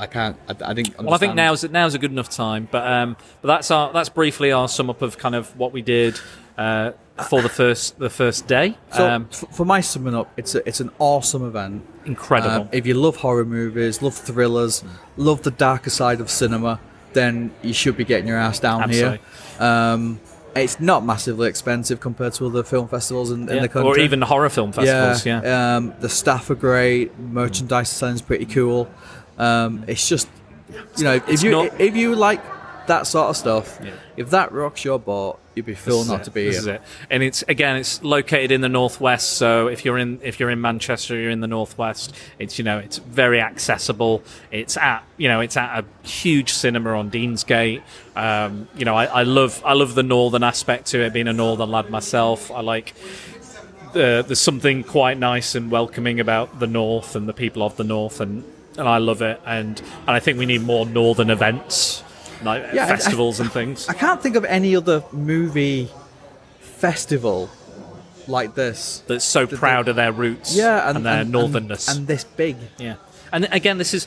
H: I can't. I, I didn't. Understand.
B: well, I think now's now's a good enough time. But um, but that's our that's briefly our sum up of kind of what we did uh, for the first the first day.
H: So
B: um,
H: f- for my summing up, it's a, it's an awesome event.
B: incredible. Mm.
H: Um, if you love horror movies, love thrillers, love the darker side of cinema, then you should be getting your ass down
B: Absolutely.
H: here. Um, it's not massively expensive compared to other film festivals in, in
B: Yeah.
H: the country,
B: Or even horror film festivals, yeah.
H: Um, the staff are great. Merchandise selling's pretty cool. Um, it's just, you know, if you
B: not-
H: if you like that sort of stuff,
B: Yeah.
H: if that rocks your boat, you'd be
B: This
H: fool
B: is
H: not
B: it.
H: to be
B: This
H: here.
B: is it. And it's again, it's located in the northwest. So if you're in if you're in Manchester, you're in the northwest. It's you know it's very accessible. It's at you know it's at a huge cinema on Deansgate. Um, you know I, I love I love the northern aspect to it. Being a northern lad myself, I like uh, there's something quite nice and welcoming about the north and the people of the north and and I love it. And and I think we need more northern events. Like
H: Yeah, I- I-
B: festivals and things.
H: I can't think of any other movie festival like this.
B: that's so
H: That
B: proud
H: they-
B: of their roots
H: Yeah, and,
B: their
H: and-
B: northernness.
H: and, and this big.
B: yeah. And again, this is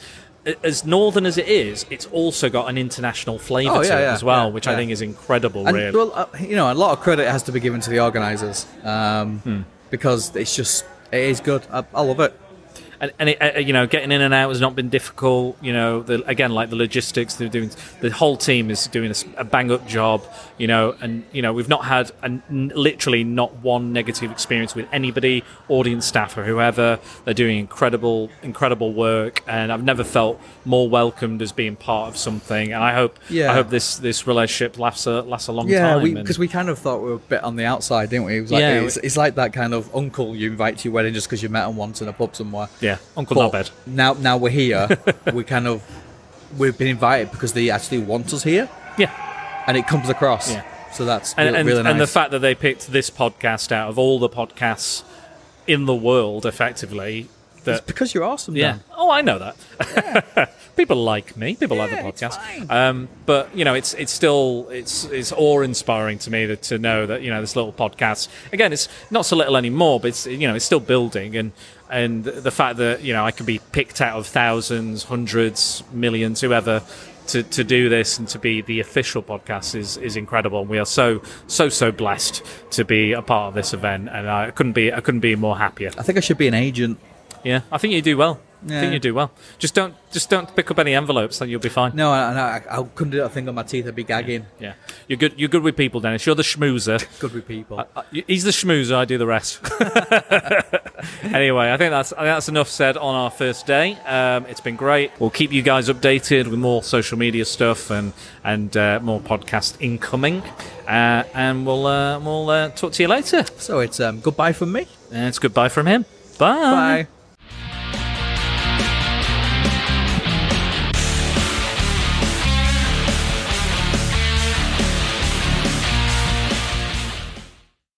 B: as northern as it is, it's also got an international flavour
H: Oh, yeah,
B: to it
H: yeah,
B: as well,
H: yeah,
B: which I
H: yeah.
B: think is incredible,
H: And
B: really.
H: well, uh, you know, a lot of credit has to be given to the organisers um,
B: Hmm.
H: because it's just it is good. I, I love it.
B: and, and it, uh, you know, getting in and out has not been difficult. You know, the, again, like the logistics, they're doing the whole team is doing a s- a, bang up job. You know, and you know, we've not had an, n- literally not one negative experience with anybody, audience, staff, or whoever. They're doing incredible, incredible work, and I've never felt more welcomed as being part of something. And I hope,
H: Yeah.
B: I hope this this relationship lasts a lasts a long
H: Yeah,
B: time. and-
H: because we, kind of thought we were a bit on the outside, didn't we? It was like,
B: Yeah,
H: it's, it's like that kind of uncle you invite to your wedding just because you met him once in a pub somewhere.
B: yeah, Uncle
H: But
B: Nobed.
H: Now, now we're here. we kind of we've been invited because they actually want us here,
B: Yeah.
H: and it comes across.
B: Yeah.
H: So that's
B: and,
H: really,
B: and,
H: really nice.
B: and the fact that they picked this podcast out of all the podcasts in the world, effectively. That
H: it's because you're awesome.
B: yeah.
H: Dan.
B: Oh, I know that. People like me. People like the
H: Yeah, it's
B: podcast. Um, but you know, it's it's still it's it's awe inspiring to me that, to know that you know this little podcast. Again, it's not so little anymore, but it's you know it's still building, and and the fact that you know I could be picked out of thousands, hundreds, millions, whoever. To, to do this and to be the official podcast is, is incredible. And we are so so so blessed to be a part of this event, and I couldn't be I couldn't be more happier.
H: I think I should be an agent.
B: Yeah, I think you do well. I
H: Yeah.
B: think you do well. Just don't, just don't pick up any envelopes, then you'll be fine.
H: No, and I, I, I couldn't do that thing on my teeth. I'd be gagging.
B: Yeah, you're good. You're good with people, Dennis. You're the schmoozer.
H: Good with people.
B: Uh, y- He's the schmoozer. I do the rest. anyway, I think that's I think that's enough said on our first day. Um, it's been great. We'll keep you guys updated with more social media stuff and and uh, more podcast incoming. Uh, and we'll uh, we'll uh, talk to you later.
H: so it's um, goodbye from me.
B: And it's goodbye from him.
H: Bye.